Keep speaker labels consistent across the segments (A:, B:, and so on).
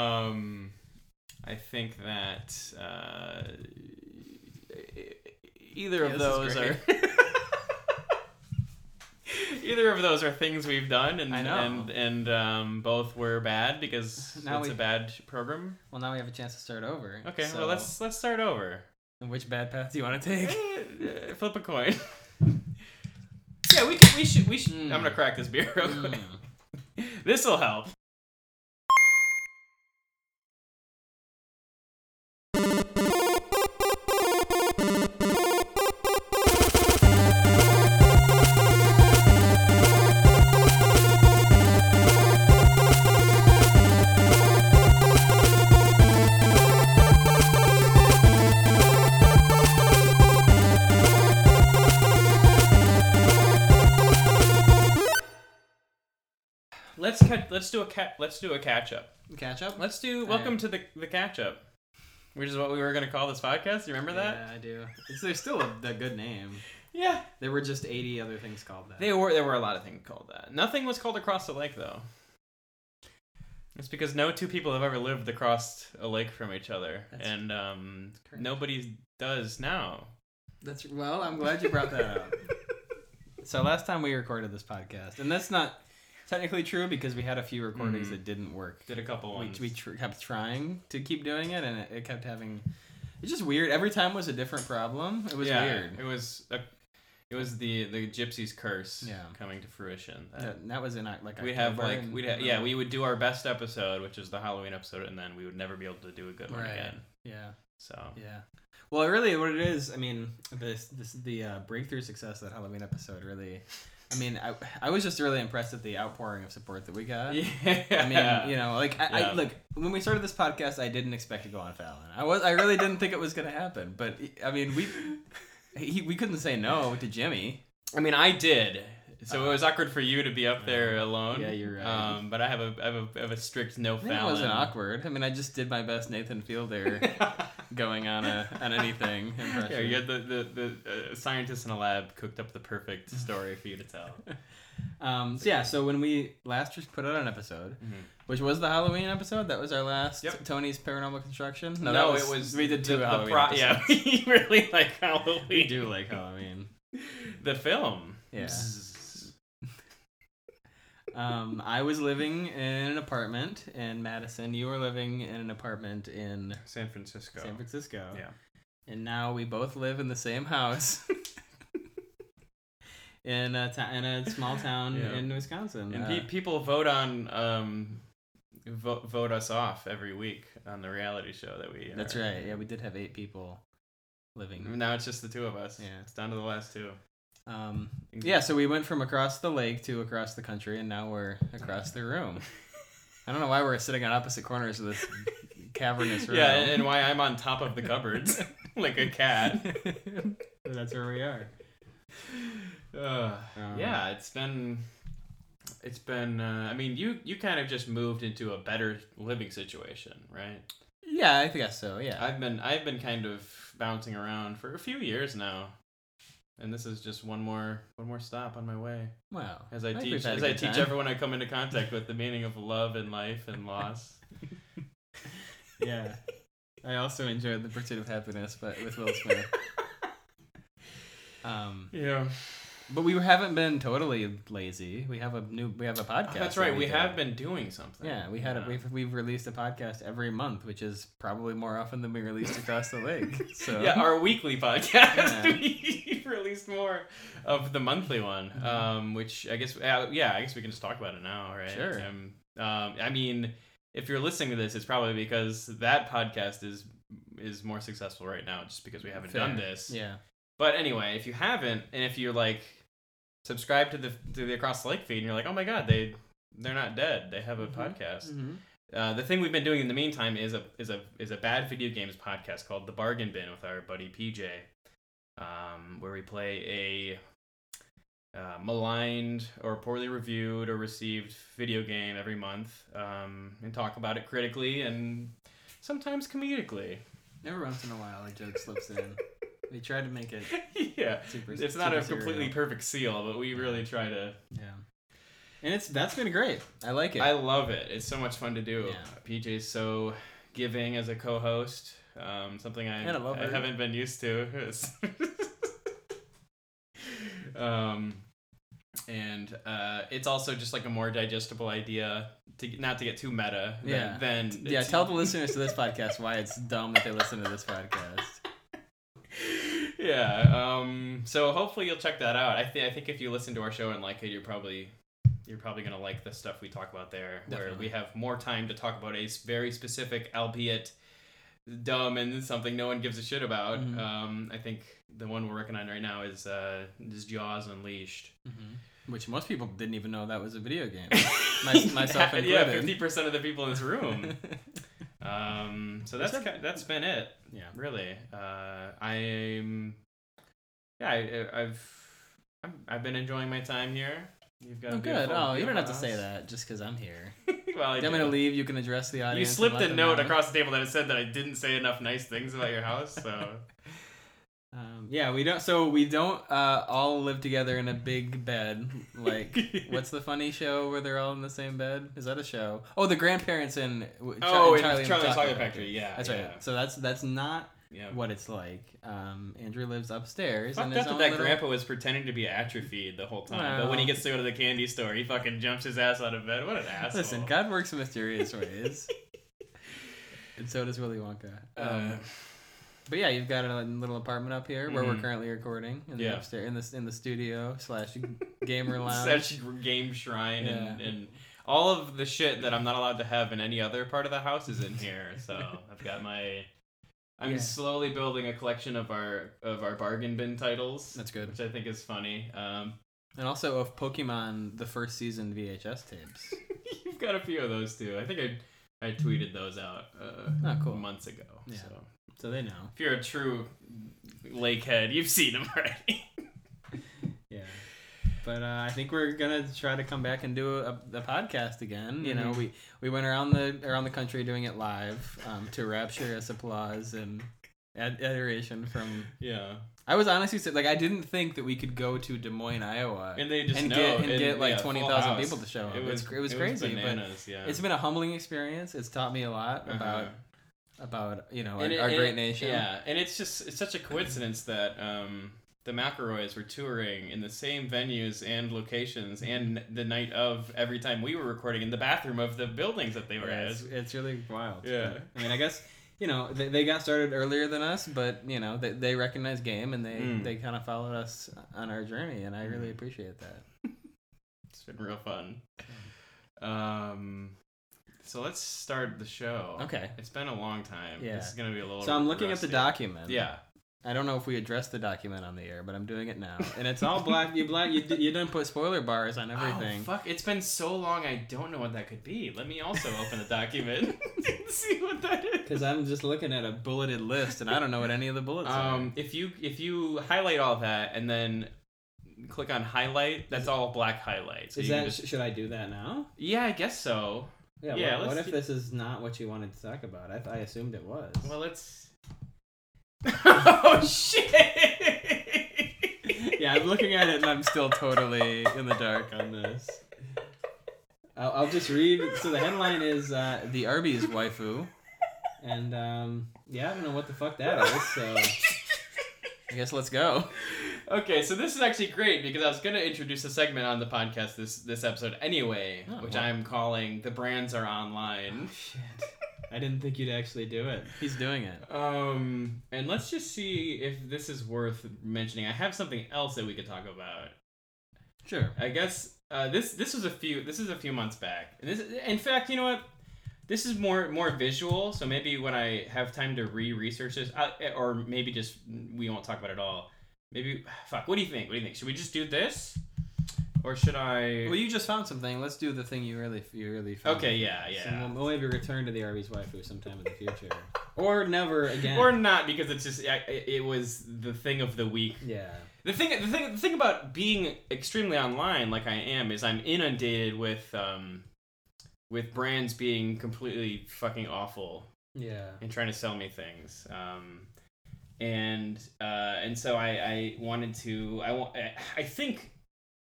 A: Um, I think that uh, e- either
B: Yeah,
A: of
B: this is
A: those are either of those are things we've done, and
B: I know.
A: and and um, both were bad because
B: Now
A: it's
B: we-
A: a bad program.
B: Well, now we have a chance to start over.
A: Okay,
B: so-
A: well let's let's start over.
B: And Which bad path do you want to take?
A: Eh, Flip a coin. yeah, we can, we should we should.
B: Mm.
A: I'm gonna crack this beer real quick.
B: Mm.
A: This will help. Let's catch, let's do a cat let's do a catch up.
B: Catch up.
A: Let's do
B: All
A: welcome
B: right.
A: to the the catch up, which is what we were gonna call this podcast. You remember that?
B: Yeah, I do. It's, there's still a, the good name.
A: Yeah.
B: There were just 80 other things called that.
A: They were there were a lot of things called that. Nothing was called across the lake though. It's because no two people have ever lived across a lake from each other,
B: That's-
A: and um,
B: correct.
A: nobody does now.
B: That's well. I'm glad you brought that up. so last time we recorded this podcast, and that's not technically true because we had a few recordings
A: Mhm.
B: that didn't work.
A: Did a couple
B: We,
A: ones.
B: we tr- kept trying to keep doing it, and it, it kept having. It's just weird. Every time was a different problem. It was
A: yeah,
B: weird.
A: It was a, it was the the gypsy's curse
B: Yeah.
A: coming to fruition. that-
B: That, that was in our, like
A: We'd have
B: October
A: like
B: and-
A: we'd ha- yeah we would do our best episode, which is the Halloween episode, and then we would never be able to do a good one
B: Right.
A: again.
B: yeah
A: So
B: yeah. Well, really, what it is, I mean, this this the uh, breakthrough success of that Halloween episode really. I mean, I, I was just really impressed at the outpouring of support that we got.
A: yeah,
B: I mean, you know, like I,
A: Yeah.
B: I look when we started this podcast, I didn't expect to go on Fallon. I was, I really didn't think it was gonna happen. But I mean, we, he, we couldn't say no to Jimmy.
A: I mean, I did. So it was awkward for you to be up there alone.
B: Uh-huh. Yeah, you're right.
A: Um, but I have a I have a, I have a strict no
B: I think it
A: Fallon.
B: wasn't awkward. I mean, I just did my best Nathan Fielder going on a on anything impression.
A: Yeah, you had the the, the uh, scientist in a lab cooked up the perfect story for you to tell.
B: Um, so yeah, so when we last just put out an episode, which was the Halloween episode, that was our last
A: Mm-hmm. Yep.
B: Tony's Paranormal Construction.
A: No,
B: that
A: it was
B: we did two
A: the, the
B: Halloween.
A: pro-
B: episodes.
A: yeah, we really like Halloween.
B: we do like Halloween.
A: the film.
B: Yeah. Um, I was living in an apartment in Madison. You were living in an apartment in
A: San Francisco.
B: San Francisco.
A: Yeah.
B: And now we both live in the same house in a to- in a small town
A: Yeah.
B: in Wisconsin.
A: And
B: Uh,
A: pe- people vote on um, vo- vote us off every week on the reality show that we.
B: that's
A: are-
B: right. Yeah, we did have eight people living.
A: Now it's just the two of us.
B: Yeah.
A: It's down to the last two. Mm-hmm.
B: Um, yeah, so we went from across the lake to across the country, and now we're across the room. I don't know why we're sitting on opposite corners of this cavernous room.
A: Yeah, and, and why I'm on top of the cupboards like a cat.
B: that's where we are.
A: Ugh.
B: Um,
A: yeah, it's been it's been uh, I mean, you you kind of just moved into a better living situation, right?
B: Yeah, I guess so. Yeah.
A: I've been I've been kind of bouncing around for a few years now. And this is just one more one more stop on my way.
B: Wow.
A: As I,
B: think we've
A: teach
B: had a
A: as I
B: good
A: teach
B: time.
A: everyone I come into contact with the meaning of love and life and loss.
B: Yeah. I also enjoyed the pursuit of happiness, but with Will Smith. um,
A: yeah.
B: but we haven't been totally lazy. We have a new. We have a podcast.
A: That's right.
B: that
A: We
B: do.
A: have been doing something.
B: Yeah, we had a, we've we've released a podcast every month, which is probably more often than we released across the lake. So
A: yeah, our weekly podcast.
B: Yeah.
A: we released more of the monthly one,
B: Mm-hmm.
A: um, which I guess, uh, yeah, I guess we can just talk about it now, right?
B: Sure.
A: Um, um, I mean, if you're listening to this, it's probably because that podcast is is more successful right now, just because we haven't
B: Fair.
A: done this.
B: yeah,
A: But anyway, if you haven't, and if you're like subscribe to the to the Across the Lake feed, and you're like, oh my god, they they're not dead. They have a
B: Mhm.
A: podcast. Uh, the thing we've been doing in the meantime is a is a is a bad video games podcast called The Bargain Bin with our buddy PJ, um, where we play a uh, maligned or poorly reviewed or received video game every month um, and talk about it critically and sometimes comedically.
B: every once in a while a joke slips in. We try to make it
A: yeah,
B: super.
A: it's not a
B: super
A: completely
B: serial.
A: perfect seal, but we really try to
B: yeah. and it's that's been great. I like it.
A: I love it. It's so much fun to do.
B: Yeah.
A: PJ's so giving as a co-host. Um, something I,
B: And I love
A: I
B: her.
A: haven't been used to. um, and uh, it's also just like a more digestible idea to not to get too meta. Than,
B: Yeah.
A: Than
B: yeah,
A: it's-
B: tell the listeners to this podcast why it's dumb that they listen to this podcast.
A: yeah. Um. So hopefully you'll check that out. I think I think if you listen to our show and like it, you're probably you're probably gonna like the stuff we talk about there, where
B: Definitely.
A: we have more time to talk about a s- very specific, albeit dumb and something no one gives a shit about.
B: Mhm.
A: Um. I think the one we're working on right now is uh is Jaws Unleashed.
B: Mm-hmm. Which most people didn't even know that was a video game. My- myself
A: yeah, yeah,
B: included.
A: fifty percent of the people in this room. um. So that's ki- that's been it.
B: yeah.
A: really uh i'm yeah I, i've I'm, i've been enjoying my time here you've got a
B: Oh, good.
A: beautiful-
B: Oh, you don't have to
A: beautiful
B: say
A: house.
B: that just because I'm here.
A: well I
B: I'm gonna
A: did.
B: leave. You can address the
A: you
B: audience. and
A: slipped
B: let
A: a
B: them
A: note
B: know.
A: across the table that it said that i didn't say enough nice things about your house so
B: Um, yeah, we don't. So we don't uh, all live together in a big bed. Like, what's the funny show where they're all in the same bed? Is that a show? Oh, the grandparents in. w- Char-
A: oh charlie,
B: and and
A: charlie
B: the
A: and
B: Chocolate
A: Chocolate factory yeah
B: That's
A: yeah,
B: right. So that's that's not
A: yeah.
B: what it's like. Um, Andrew lives upstairs. in
A: Fucked
B: his
A: up that
B: own
A: that
B: little-
A: grandpa was pretending to be atrophied the whole time, but when he
B: Well.
A: gets to go to the candy store, he fucking jumps his ass out of bed. What an asshole!
B: Listen, God works in mysterious ways. and so does Willy Wonka. Um,
A: Uh,
B: but yeah, you've got a little apartment up here where we're
A: Mhm.
B: currently recording in
A: Yeah.
B: the upstairs in the in the studio slash gamer lounge.
A: Such game shrine and,
B: Yeah.
A: and all of the shit that I'm not allowed to have in any other part of the house is in here. So I've got my. I'm
B: Yeah.
A: slowly building a collection of our of our bargain bin titles,
B: That's good.
A: which I think is funny. Um,
B: And also of Pokemon the first season VHS tapes.
A: you've got a few of those too. I think I I tweeted those out uh,
B: Oh, cool.
A: months ago.
B: Yeah.
A: So
B: So they know.
A: if you're a true lakehead, you've seen them already.
B: Yeah. But uh, I think we're gonna try to come back and do a, the podcast again. You know,
A: Mhm.
B: we, we went around the around the country doing it live um, to rapturous applause and ad- adoration from.
A: yeah,
B: I was honestly sa- like I didn't think that we could go to Des Moines, Iowa,
A: and they just
B: And
A: know
B: get- and get, like,
A: yeah, full
B: 20,000
A: house.
B: people to show up.
A: It
B: It's
A: was
B: cr- it was crazy, but
A: Bananas, yeah.
B: it's been a humbling experience. It's taught me a lot about
A: Uh-huh.
B: about you know our,
A: And it-
B: our
A: and
B: great
A: it-
B: nation.
A: Yeah, and it's just it's such a coincidence that um, the McElroys were touring in the same venues and locations, and the night of every time we were recording in the bathroom of the buildings that they were
B: Yeah, it's,
A: at.
B: it's really wild.
A: Yeah.
B: But, I mean, I guess you know they, they got started earlier than us, but you know they, they recognize game and they
A: Mm.
B: they kind of followed us on our journey, and I really
A: Mm.
B: appreciate that.
A: It's been real fun. Um, so let's start the show.
B: Okay.
A: It's been a long time.
B: Yeah.
A: This is gonna be a little.
B: So I'm looking at the
A: rusty.
B: document.
A: Yeah.
B: I don't know if we addressed the document on the air, but I'm doing it now, and it's all black. You black. You d- you done put spoiler bars on
A: Oh,
B: everything.
A: fuck. It's been so long. I don't know what that could be. Let me also open the document and see what that is.
B: Because I'm just looking at a bulleted list, and I don't know what any of the bullets
A: Um, if you if you highlight all that and then click on highlight, that's all black highlights.
B: are. Is that should I do that now?
A: yeah, I guess so. Yeah,
B: What,
A: let's
B: what if
A: do-
B: this is not what you wanted to talk about? I, I assumed it was.
A: Well, let's. oh shit!
B: yeah, I'm looking at it and I'm still totally in the dark on this. I'll, I'll just read. So the headline is uh, the Arby's waifu, and um, yeah, I don't know what the fuck that is. So I guess let's go.
A: Okay, so this is actually great because I was gonna introduce a segment on the podcast this this episode anyway,
B: Oh,
A: which
B: well.
A: I'm calling "The Brands Are Online."
B: Oh, Shit, I didn't think you'd actually do it. He's doing it.
A: Um, and let's just see if this is worth mentioning. I have something else that we could talk about.
B: Sure.
A: I guess uh, this this was a few this is a few months back. And this in fact, you know what? This is more more visual, so maybe when I have time to re-research this, I, or maybe just we won't talk about it at all. Maybe fuck. What do you think? What do you think? Should we just do this, or should I?
B: Well, you just found something. Let's do the thing you really, you really found.
A: okay, yeah,
B: So
A: yeah.
B: we'll, we'll maybe return to the Arby's waifu sometime in the future, or never again.
A: Or not because it's just I, it it was the thing of the week
B: yeah.
A: The thing, the thing, the thing about being extremely online, like I am, is I'm inundated with, um, with brands being completely fucking awful
B: Yeah.
A: and trying to sell me things. Um, and uh, and so I, I wanted to, I want, I think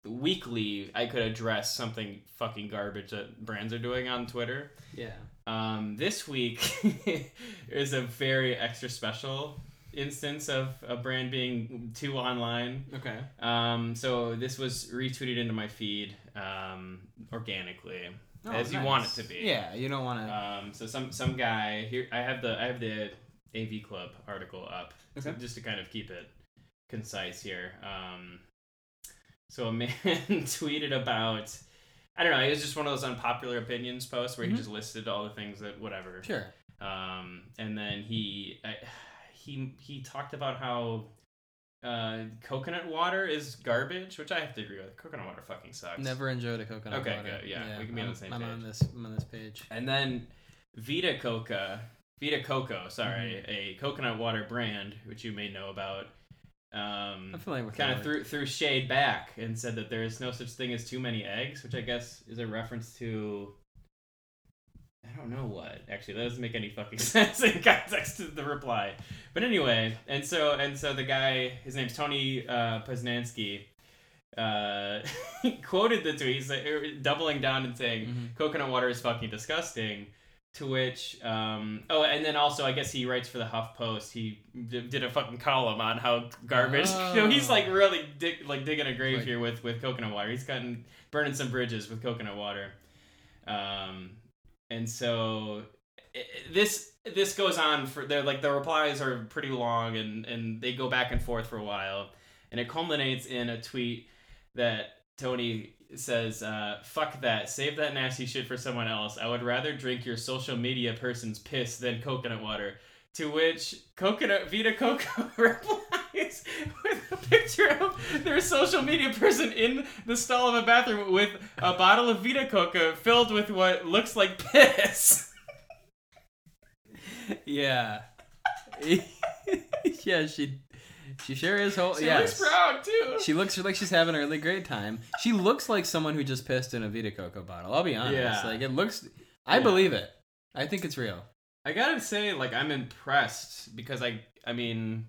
A: weekly I could address something fucking garbage that brands are doing on Twitter.
B: Yeah.
A: Um, this week is a very extra special instance of a brand being too online.
B: Okay.
A: Um, so this was retweeted into my feed um, organically,
B: Oh,
A: as you
B: nice.
A: want it to be.
B: Yeah, you don't want to.
A: Um, so some some guy here. I have the I have the AV Club article up so
B: Okay.
A: just to kind of keep it concise here. Um, so a man tweeted about I don't know. It was just one of those unpopular opinions posts where
B: Mhm.
A: he just listed all the things that whatever.
B: sure.
A: Um, and then he I, he he talked about how. Uh, coconut water is garbage, which I have to agree with. Coconut water fucking sucks.
B: Never enjoyed a coconut
A: Okay,
B: water.
A: good, yeah, we can be on
B: I'm,
A: the same
B: I'm
A: page.
B: on this. I'm on this page.
A: And then Vita Coca, Vita Coco, sorry, a coconut water brand which you may know about,
B: I'm
A: um,
B: familiar with
A: kind
B: that
A: of threw threw shade back and said that there is no such thing as too many eggs, which I guess is a reference to. I don't know what. Actually, that doesn't make any fucking sense in context of the reply. But anyway, and so and so the guy, his name's Tony uh, Poznanski, uh, quoted the tweet, sa- er, doubling down and saying,
B: word. Mhm.
A: coconut water is fucking disgusting. To which, um, oh, and then also, I guess he writes for the HuffPost. He d- did a fucking column on how garbage. You know, he's like really dig- like digging a grave
B: Like-
A: here with with coconut water. He's gotten burning some bridges with coconut water. Um, and so i- i- this this goes on for they're like the replies are pretty long and and they go back and forth for a while, and it culminates in a tweet that Tony says, uh, "Fuck that! Save that nasty shit for someone else. I would rather drink your social media person's piss than coconut water." To which coconut Vita Coco replies with a picture of their social media person in the stall of a bathroom with a bottle of Vita Coco filled with what looks like piss.
B: Mm-hmm. Yeah. yeah, she she sure is whole.
A: She
B: yes.
A: looks proud too.
B: She looks like she's having a really great time. She looks like someone who just pissed in a Vita Coco bottle. I'll be honest.
A: Yeah.
B: Like it looks I
A: Yeah.
B: believe it. I think it's real.
A: I gotta say, like, I'm impressed because I, I mean,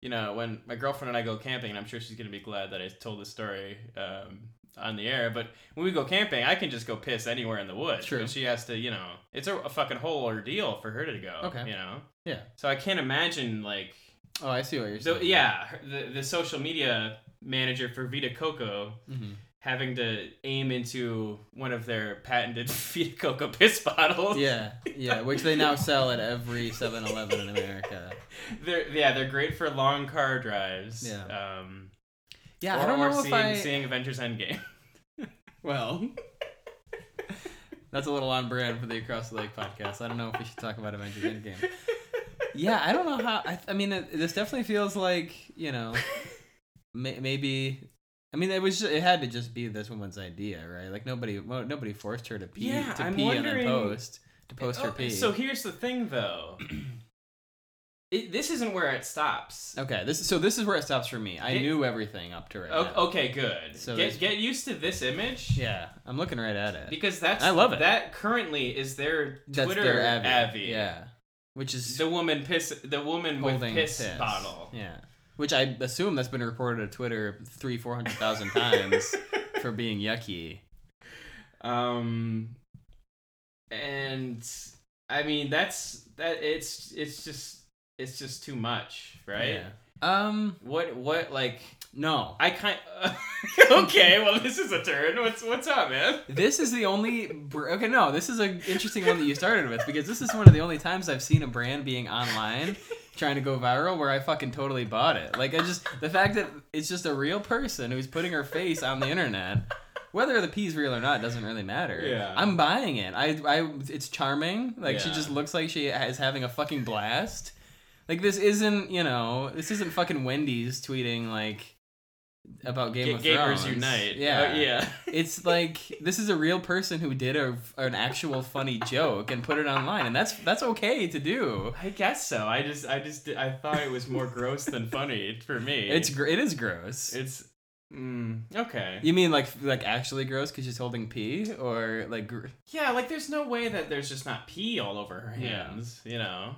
A: you know, when my girlfriend and I go camping, and I'm sure she's gonna be glad that I told this story um, on the air. But when we go camping, I can just go piss anywhere in the woods.
B: True.
A: But she has to, you know, it's a, a fucking whole ordeal for her to go.
B: Okay.
A: You know.
B: Yeah.
A: So I can't imagine like,
B: Oh, I see what you're saying.
A: so yeah, her- the the social media manager for Vita Coco
B: Mhm.
A: having to aim into one of their patented Vita Coco piss bottles.
B: Yeah. Yeah, which they now sell at every 7-Eleven in America.
A: They're yeah, they're great for long car drives.
B: Yeah.
A: Um,
B: Yeah,
A: or,
B: I don't
A: or
B: know if
A: seeing,
B: I
A: seeing Avengers Endgame.
B: Well, that's a little on brand for the Across the Lake podcast. I don't know if we should talk about Avengers Endgame. Yeah, I don't know how. I, I mean, it, this definitely feels like you know, may, maybe. I mean, it was ju- it had to just be this woman's idea, right? Like nobody well, nobody forced her to pee
A: Yeah,
B: to
A: I'm
B: pee
A: wondering-
B: and then post to post her
A: Oh,
B: pee.
A: So here's the thing, though. it, this isn't where it stops.
B: okay, this is- so this is where it stops for me. I
A: It-
B: knew everything up to right
A: O-
B: now.
A: Okay, good.
B: Oh, So
A: get
B: there's-
A: get used to this image.
B: Yeah, I'm looking right at it.
A: Because that's
B: I love it.
A: That currently is their
B: That's
A: Twitter
B: their Abby.
A: Abby.
B: Yeah, which is
A: The woman piss. The woman with
B: holding
A: piss,
B: piss.
A: bottle.
B: Yeah, which I assume that's been reported on Twitter three, four hundred thousand times for being yucky.
A: Um, and I mean that's that. It's it's just it's just too much, right?
B: Yeah. Um.
A: What what like
B: No.
A: I kind okay. Well, this is a turn. What's what's up, man?
B: This is the only br- okay. No, this is an interesting one that you started with because this is one of the only times I've seen a brand being online trying to go viral where I fucking totally bought it. Like I just the fact that it's just a real person who's putting her face on the internet, whether the pee's real or not doesn't really matter.
A: Yeah.
B: I'm buying it. I, I it's charming. Like she
A: Yeah.
B: just looks like she is having a fucking blast. Like this isn't you know this isn't fucking Wendy's tweeting like about Game
A: Ga-
B: of
A: Gamers
B: Thrones.
A: unite.
B: Yeah,
A: Uh, yeah.
B: it's like this is a real person who did a, an actual funny joke and put it online, and that's that's okay to do.
A: I guess so. I just I just I thought it was more gross than funny for me.
B: It's gr- it is gross.
A: it's mm, okay.
B: You mean like like actually gross because she's holding pee, or like gr-
A: Yeah, like there's no way that there's just not pee all over her
B: Yeah.
A: hands. You know.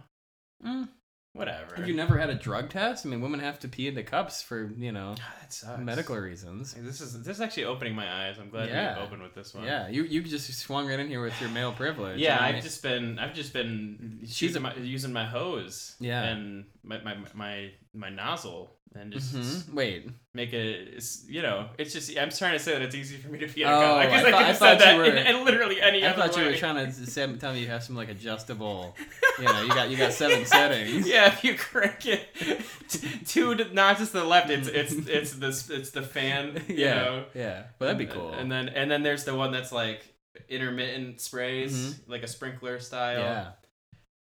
B: mm,
A: Whatever.
B: Have you never had a drug test? I mean, women have to pee into cups for you know
A: that sucks.
B: medical reasons.
A: This is this is actually opening my eyes. I'm glad
B: Yeah.
A: we opened with this one.
B: Yeah, you you just swung right in here with your male privilege.
A: Yeah,
B: I
A: I've
B: mean,
A: just been I've just been
B: She's
A: using my,
B: a-
A: using my hose.
B: Yeah.
A: And my my my, my nozzle and just
B: mhm. wait.
A: make it. it's- You know, it's just I'm trying to say that it's easy for me to pee in a
B: Oh,
A: cup. I guess
B: I
A: I,
B: thought-
A: could
B: I
A: have
B: thought
A: said that
B: you
A: in,
B: were-
A: in literally any
B: I
A: other
B: thought you were
A: way.
B: trying to say, tell me you have some like adjustable. You know, you got you got seven settings.
A: Yeah, if you crank it t- two to, notches to the left, it's it's it's this it's the fan. You
B: Mm. yeah,
A: know?
B: yeah. But that'd
A: And-
B: be
A: uh,
B: cool.
A: And then and then there's the one that's like intermittent sprays, like a sprinkler style.
B: Mm-hmm. yeah,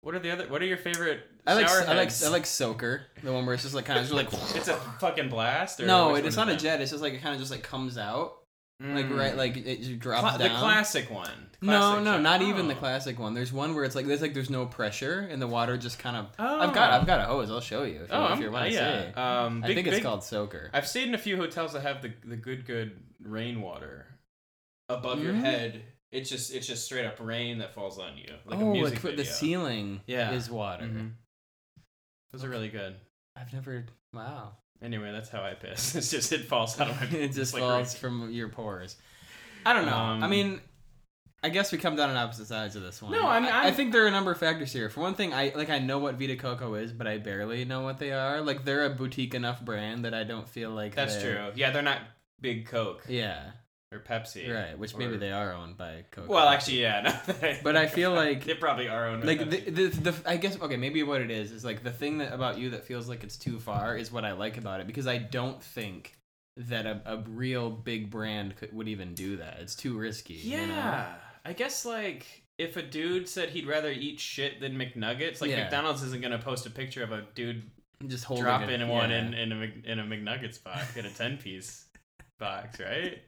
A: What are the other? What are your favorite?
B: I like
A: uh, shower
B: I like
A: heads?
B: I like soaker, the one where it's just like kind of just like.
A: It's a fucking blast. Or
B: no,
A: which
B: it- it's
A: one
B: not a
A: is that?
B: jet. It's just like it kind of just like comes out, like
A: Mm.
B: right, like it just drops
A: Cla- the
B: down.
A: classic one.
B: no,
A: Classic
B: no,
A: shower-
B: not even the
A: Oh.
B: classic one. There's one where it's like there's like there's no pressure and the water just kind of.
A: Oh.
B: I've got I've got a hose. I'll show you if you,
A: Oh,
B: if
A: I'm,
B: you want to
A: yeah.
B: see.
A: Um,
B: I
A: big-
B: think it's
A: big-
B: called soaker.
A: I've stayed in a few hotels that have the the good good rainwater above your
B: Mm.
A: head. It's just it's just straight up rain that falls on you. Like a
B: oh,
A: music
B: like for the
A: video.
B: ceiling
A: Yeah.
B: is water.
A: Mhm. Those are really good.
B: I've never. Wow.
A: Anyway, that's how I piss. It's just it falls out of my.
B: it just
A: like
B: falls from your pores. I don't know. I
A: Um,
B: mean, I guess we come down on opposite sides of this one.
A: No, I'm-
B: I, I
A: I'm-
B: think there are a number of factors here. For one thing, I like I know what Vita Coco is, but I barely know what they are. Like they're a boutique enough brand that I don't feel like
A: That's
B: they're-
A: true. Yeah, they're not big Coke
B: Yeah,
A: or Pepsi.
B: right. Which maybe
A: Or-
B: they are owned by Coco.
A: Well, actually, yeah. No,
B: But I feel like-
A: they probably are owned. by
B: Like
A: Pepsi.
B: the, the, the I guess okay maybe what it is is like the thing that about you that feels like it's too far is what I like about it because I don't think that a, a real big brand could, would even do that it's too risky you
A: Yeah,
B: know?
A: I guess like if a dude said he'd rather eat shit than McNuggets, like
B: Yeah.
A: McDonald's isn't gonna post a picture of a dude
B: just holding
A: dropping
B: it.
A: one
B: yeah.
A: in in a Mc- in a McNuggets box in a ten piece box, right?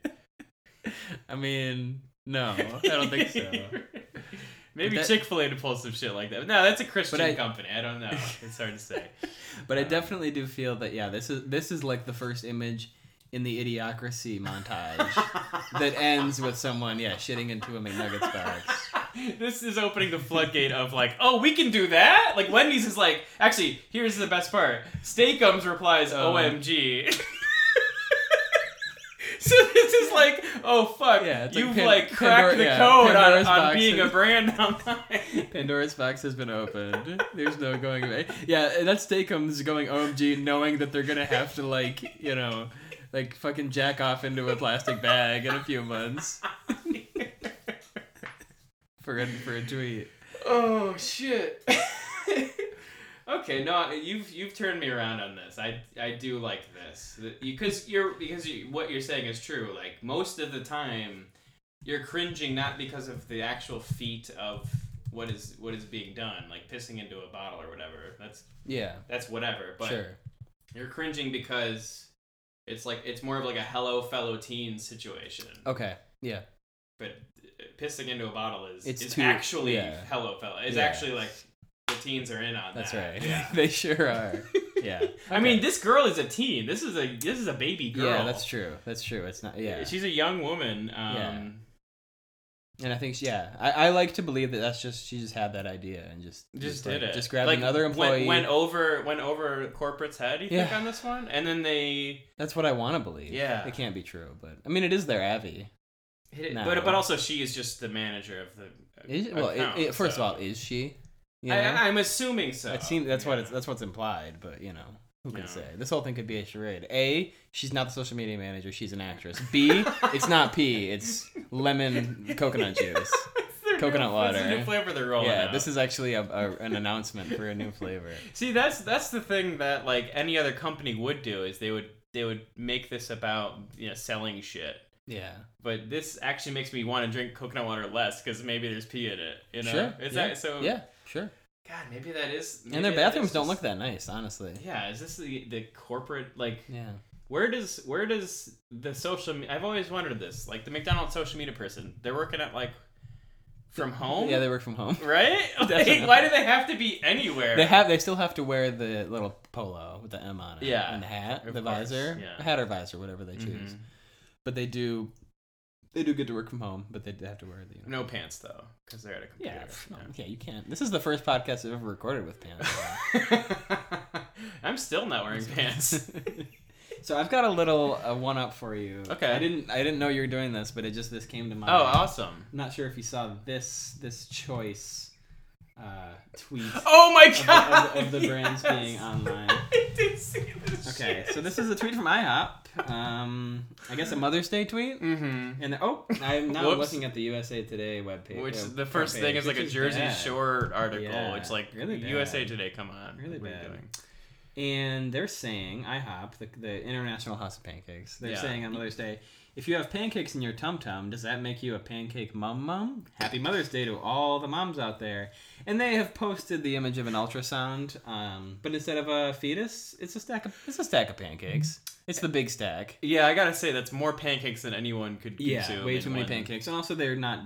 B: I mean, no, I don't think so.
A: Maybe
B: But that-
A: Chick Fil A to pull some shit like that. No, that's a Christian
B: I-
A: company. I don't know. It's hard to say.
B: But I definitely do feel that yeah, this is this is like the first image in the idiocracy montage that ends with someone yeah shitting into a McNuggets box.
A: this is opening the floodgate of like, oh, we can do that. Like Wendy's is like, actually, here's the best part. Steakums replies,
B: Oh.
A: OMG. so this is like, oh fuck,
B: Yeah, it's like
A: you've like,
B: Pan- Pandora-
A: cracked the
B: yeah,
A: code on,
B: Pandora's
A: on
B: box
A: being a
B: is-
A: brand online.
B: Pandora's box has been opened. There's no going away. Yeah, that's Takem's going OMG, knowing that they're gonna have to like you know, like fucking jack off into a plastic bag in a few months for a, for a tweet.
A: oh shit. okay, no, you've you've turned me around on this. I I do like this because you're because you, what you're saying is true. Like most of the time, you're cringing not because of the actual feat of what is what is being done, like pissing into a bottle or whatever. That's
B: Yeah,
A: that's whatever. But
B: sure.
A: you're cringing because it's like it's more of like a hello fellow teen situation.
B: Okay. Yeah.
A: But uh, pissing into a bottle is
B: It's
A: is
B: too-
A: actually
B: yeah.
A: hello fellow. It's
B: Yeah.
A: actually like the teens are in on
B: That's
A: that.
B: right.
A: Yeah.
B: they sure are. Yeah.
A: I mean, this girl is a teen. This is a this is a baby girl.
B: Yeah, that's true. That's true. It's not. Yeah.
A: She's a young woman.
B: Yeah.
A: Um,
B: And I think she, yeah, I, I like to believe that that's just she just had that idea and just
A: Just
B: like,
A: did it.
B: Just grabbed
A: Like,
B: another employee.
A: Went, went over went over corporate's head. You think
B: Yeah.
A: on this one, and then they.
B: that's what I want to believe.
A: Yeah.
B: it can't be true, but I mean, it is their Abby.
A: Hit it.
B: No.
A: But but also she is just the manager of the.
B: Is, well, it,
A: account,
B: it- first
A: so-
B: of all, is she? You know?
A: I, I'm assuming so.
B: That seem- that's what
A: Yeah.
B: it's that's what's implied, but you know. Who can
A: Yeah.
B: say? This whole thing could be a charade. A, she's not the social media manager, she's an actress. B, it's not pee, it's lemon coconut juice.
A: It's their
B: Coconut
A: new, It's a
B: water.
A: new flavor they're rolling
B: yeah,
A: out.
B: this is actually a, a, an announcement for a new flavor.
A: See, that's that's the thing that like any other company would do is they would they would make this about you know selling shit.
B: Yeah.
A: But this actually makes me want to drink coconut water less because maybe there's pee in it. You know,
B: Sure.
A: Is
B: yeah.
A: that so?
B: Yeah, sure.
A: God, maybe that is.
B: And their bathrooms don't look that nice, honestly.
A: Yeah, is this the the corporate like?
B: Yeah.
A: Where does where does the social? me- I've always wondered this. Like the McDonald's social media person, they're working at like from home.
B: Yeah, they work from home.
A: right. Like,
B: Definitely.
A: why do they have to be anywhere?
B: They have they still have to wear the little polo with the M on it.
A: Yeah,
B: And the hat,
A: of
B: the
A: course,
B: visor.
A: yeah.
B: Hat or visor, whatever they
A: Mhm.
B: choose. But they do they do get to work from home, but they do have to wear the
A: No pants though, because they're at a computer.
B: Yeah, pff, no, yeah, you can't. This is the first podcast I've ever recorded with pants. on.
A: I'm still not wearing pants.
B: so I've got a little uh, one up for you.
A: Okay.
B: I didn't I didn't know you were doing this, but it just this came to my.
A: Oh, awesome.
B: I'm not sure if you saw this this choice uh, tweet
A: Oh my
B: of,
A: god!
B: the, of, the- of the brands
A: yes.
B: being online.
A: I did see this.
B: Okay, so this is a tweet from IHOP. Um, I guess a Mother's Day tweet.
A: Mm-hmm.
B: And oh, I'm now
A: Whoops.
B: looking at the USA Today webpage.
A: Which
B: uh,
A: the first
B: front
A: thing
B: page,
A: is like a
B: which
A: Jersey
B: bad.
A: Shore article.
B: Yeah,
A: it's like
B: really bad.
A: USA Today. Come on,
B: Really
A: what are you
B: bad.
A: doing?
B: And they're saying IHOP, the, the International House of Pancakes. They're
A: Yeah.
B: saying on Mother's Day, if you have pancakes in your tum tum, does that make you a pancake mum mum? Happy Mother's Day to all the moms out there. And they have posted the image of an ultrasound, um, but instead of a fetus, it's a stack of it's a stack of pancakes. It's the big stack.
A: Yeah, I gotta say that's more pancakes than anyone could consume.
B: Yeah, way
A: in
B: too many
A: one-
B: pancakes, and also they're not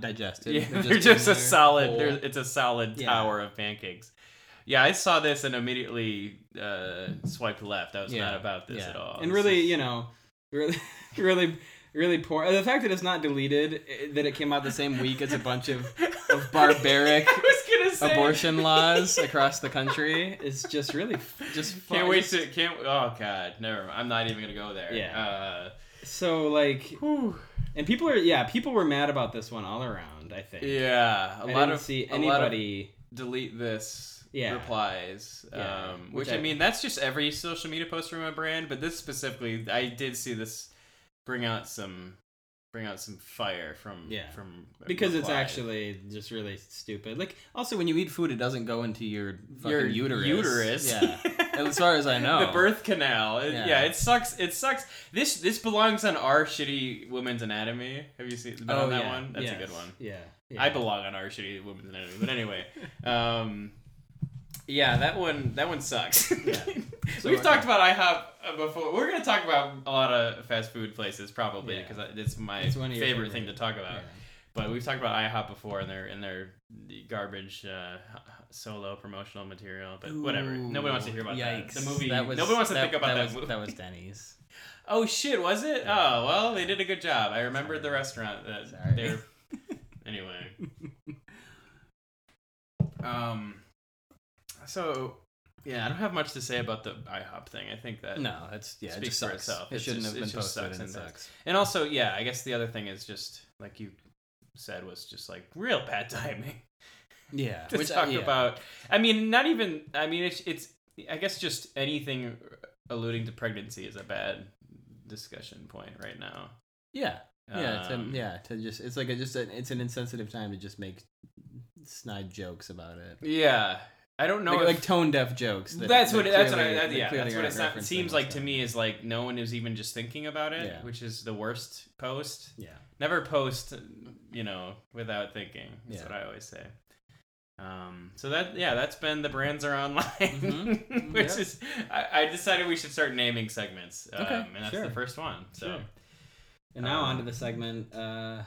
B: digested.
A: Yeah, they're just,
B: in
A: a
B: there
A: solid.
B: whole.
A: They're, it's a solid
B: Yeah.
A: tower of pancakes. Yeah, I saw this and immediately uh, swiped left. I was
B: Yeah,
A: not about this
B: Yeah.
A: at all.
B: And
A: This
B: really,
A: is-
B: you know, really, really, really poor. The fact that it's not deleted, i- that it came out the same week as a bunch of of barbaric
A: I was gonna say
B: abortion laws across the country is just really just. fu-
A: Can't wait
B: just-
A: to can't. Oh god, never. mind. I'm not even gonna go there.
B: Yeah.
A: Uh,
B: So like,
A: whew.
B: and people are yeah, people were mad about this one all around. I think.
A: yeah. A
B: I
A: lot
B: didn't
A: of
B: see
A: a lot of
B: anybody.
A: delete this
B: Yeah.
A: replies.
B: Yeah.
A: Um,
B: Which
A: which
B: I-
A: I, mean, that's just every social media post from a brand, but this specifically, I did see this bring out some bring out some fire from
B: Yeah.
A: from
B: because it's
A: replies.
B: actually just really stupid. Like, also when you eat food, it doesn't go into your fucking
A: your
B: uterus.
A: uterus.
B: Yeah. As far as I know.
A: the birth canal. It-
B: Yeah.
A: yeah. it sucks. It sucks. This this belongs on our shitty woman's anatomy. Have you seen been on Oh, that one? That's
B: Oh, yes,
A: a good one.
B: Yeah.
A: I belong on our shitty women's anatomy. But anyway, um, yeah, that one that one sucks.
B: Yeah. So,
A: We've
B: uh,
A: talked about IHOP uh, before. We're gonna talk about a lot of fast food places probably
B: Yeah.
A: because it's my
B: It's one of
A: favorite,
B: your
A: thing to
B: favorite.
A: talk about. But we've talked about IHOP before and their and their garbage uh, solo promotional material. But whatever, nobody wants to hear about
B: Yikes.
A: that. The movie.
B: That was,
A: nobody wants to
B: that,
A: think about that,
B: was,
A: movie.
B: That was Denny's.
A: Oh shit, was it?
B: Yeah.
A: Oh well, they did a good job. I remembered the
B: Sorry.
A: restaurant that
B: Sorry.
A: they're. anyway. Um. So, yeah, I don't have much to say about the IHOP thing. I think that.
B: No, that's yeah. It
A: Speaks
B: just
A: for
B: sucks.
A: itself.
B: It
A: It's
B: shouldn't
A: just-
B: have
A: it
B: been
A: just
B: posted,
A: sucks
B: and it
A: and
B: sucks.
A: And also, yeah, I guess the other thing is just like you said was just like real bad timing
B: Yeah,
A: to
B: which I-
A: talk
B: yeah.
A: about. I mean, not even. I mean, it's it's. I guess just anything alluding to pregnancy is a bad discussion point right now.
B: Yeah, yeah,
A: Um,
B: to, yeah. To just it's like a, just a, it's an insensitive time to just make snide jokes about it.
A: Yeah, I don't know.
B: like,
A: if,
B: like tone deaf jokes. That,
A: that's
B: that
A: what. That's what. I,
B: clearly-
A: that,
B: that
A: yeah,
B: clearly
A: that's what
B: aren't
A: it's not, it
B: referenced
A: seems
B: in
A: like
B: what's
A: to
B: done.
A: me is like no one is even just thinking about it,
B: Yeah.
A: which is the worst post.
B: Yeah,
A: Never post, you know, without thinking. That's
B: Yeah.
A: what I always say. Um, so that yeah, that's been the brands are online,
B: Mhm.
A: which
B: Yep.
A: is I, I decided we should start naming segments. Um,
B: Okay,
A: and that's
B: sure.
A: the first one. So
B: Sure. and now
A: Um,
B: on to the segment. Uh,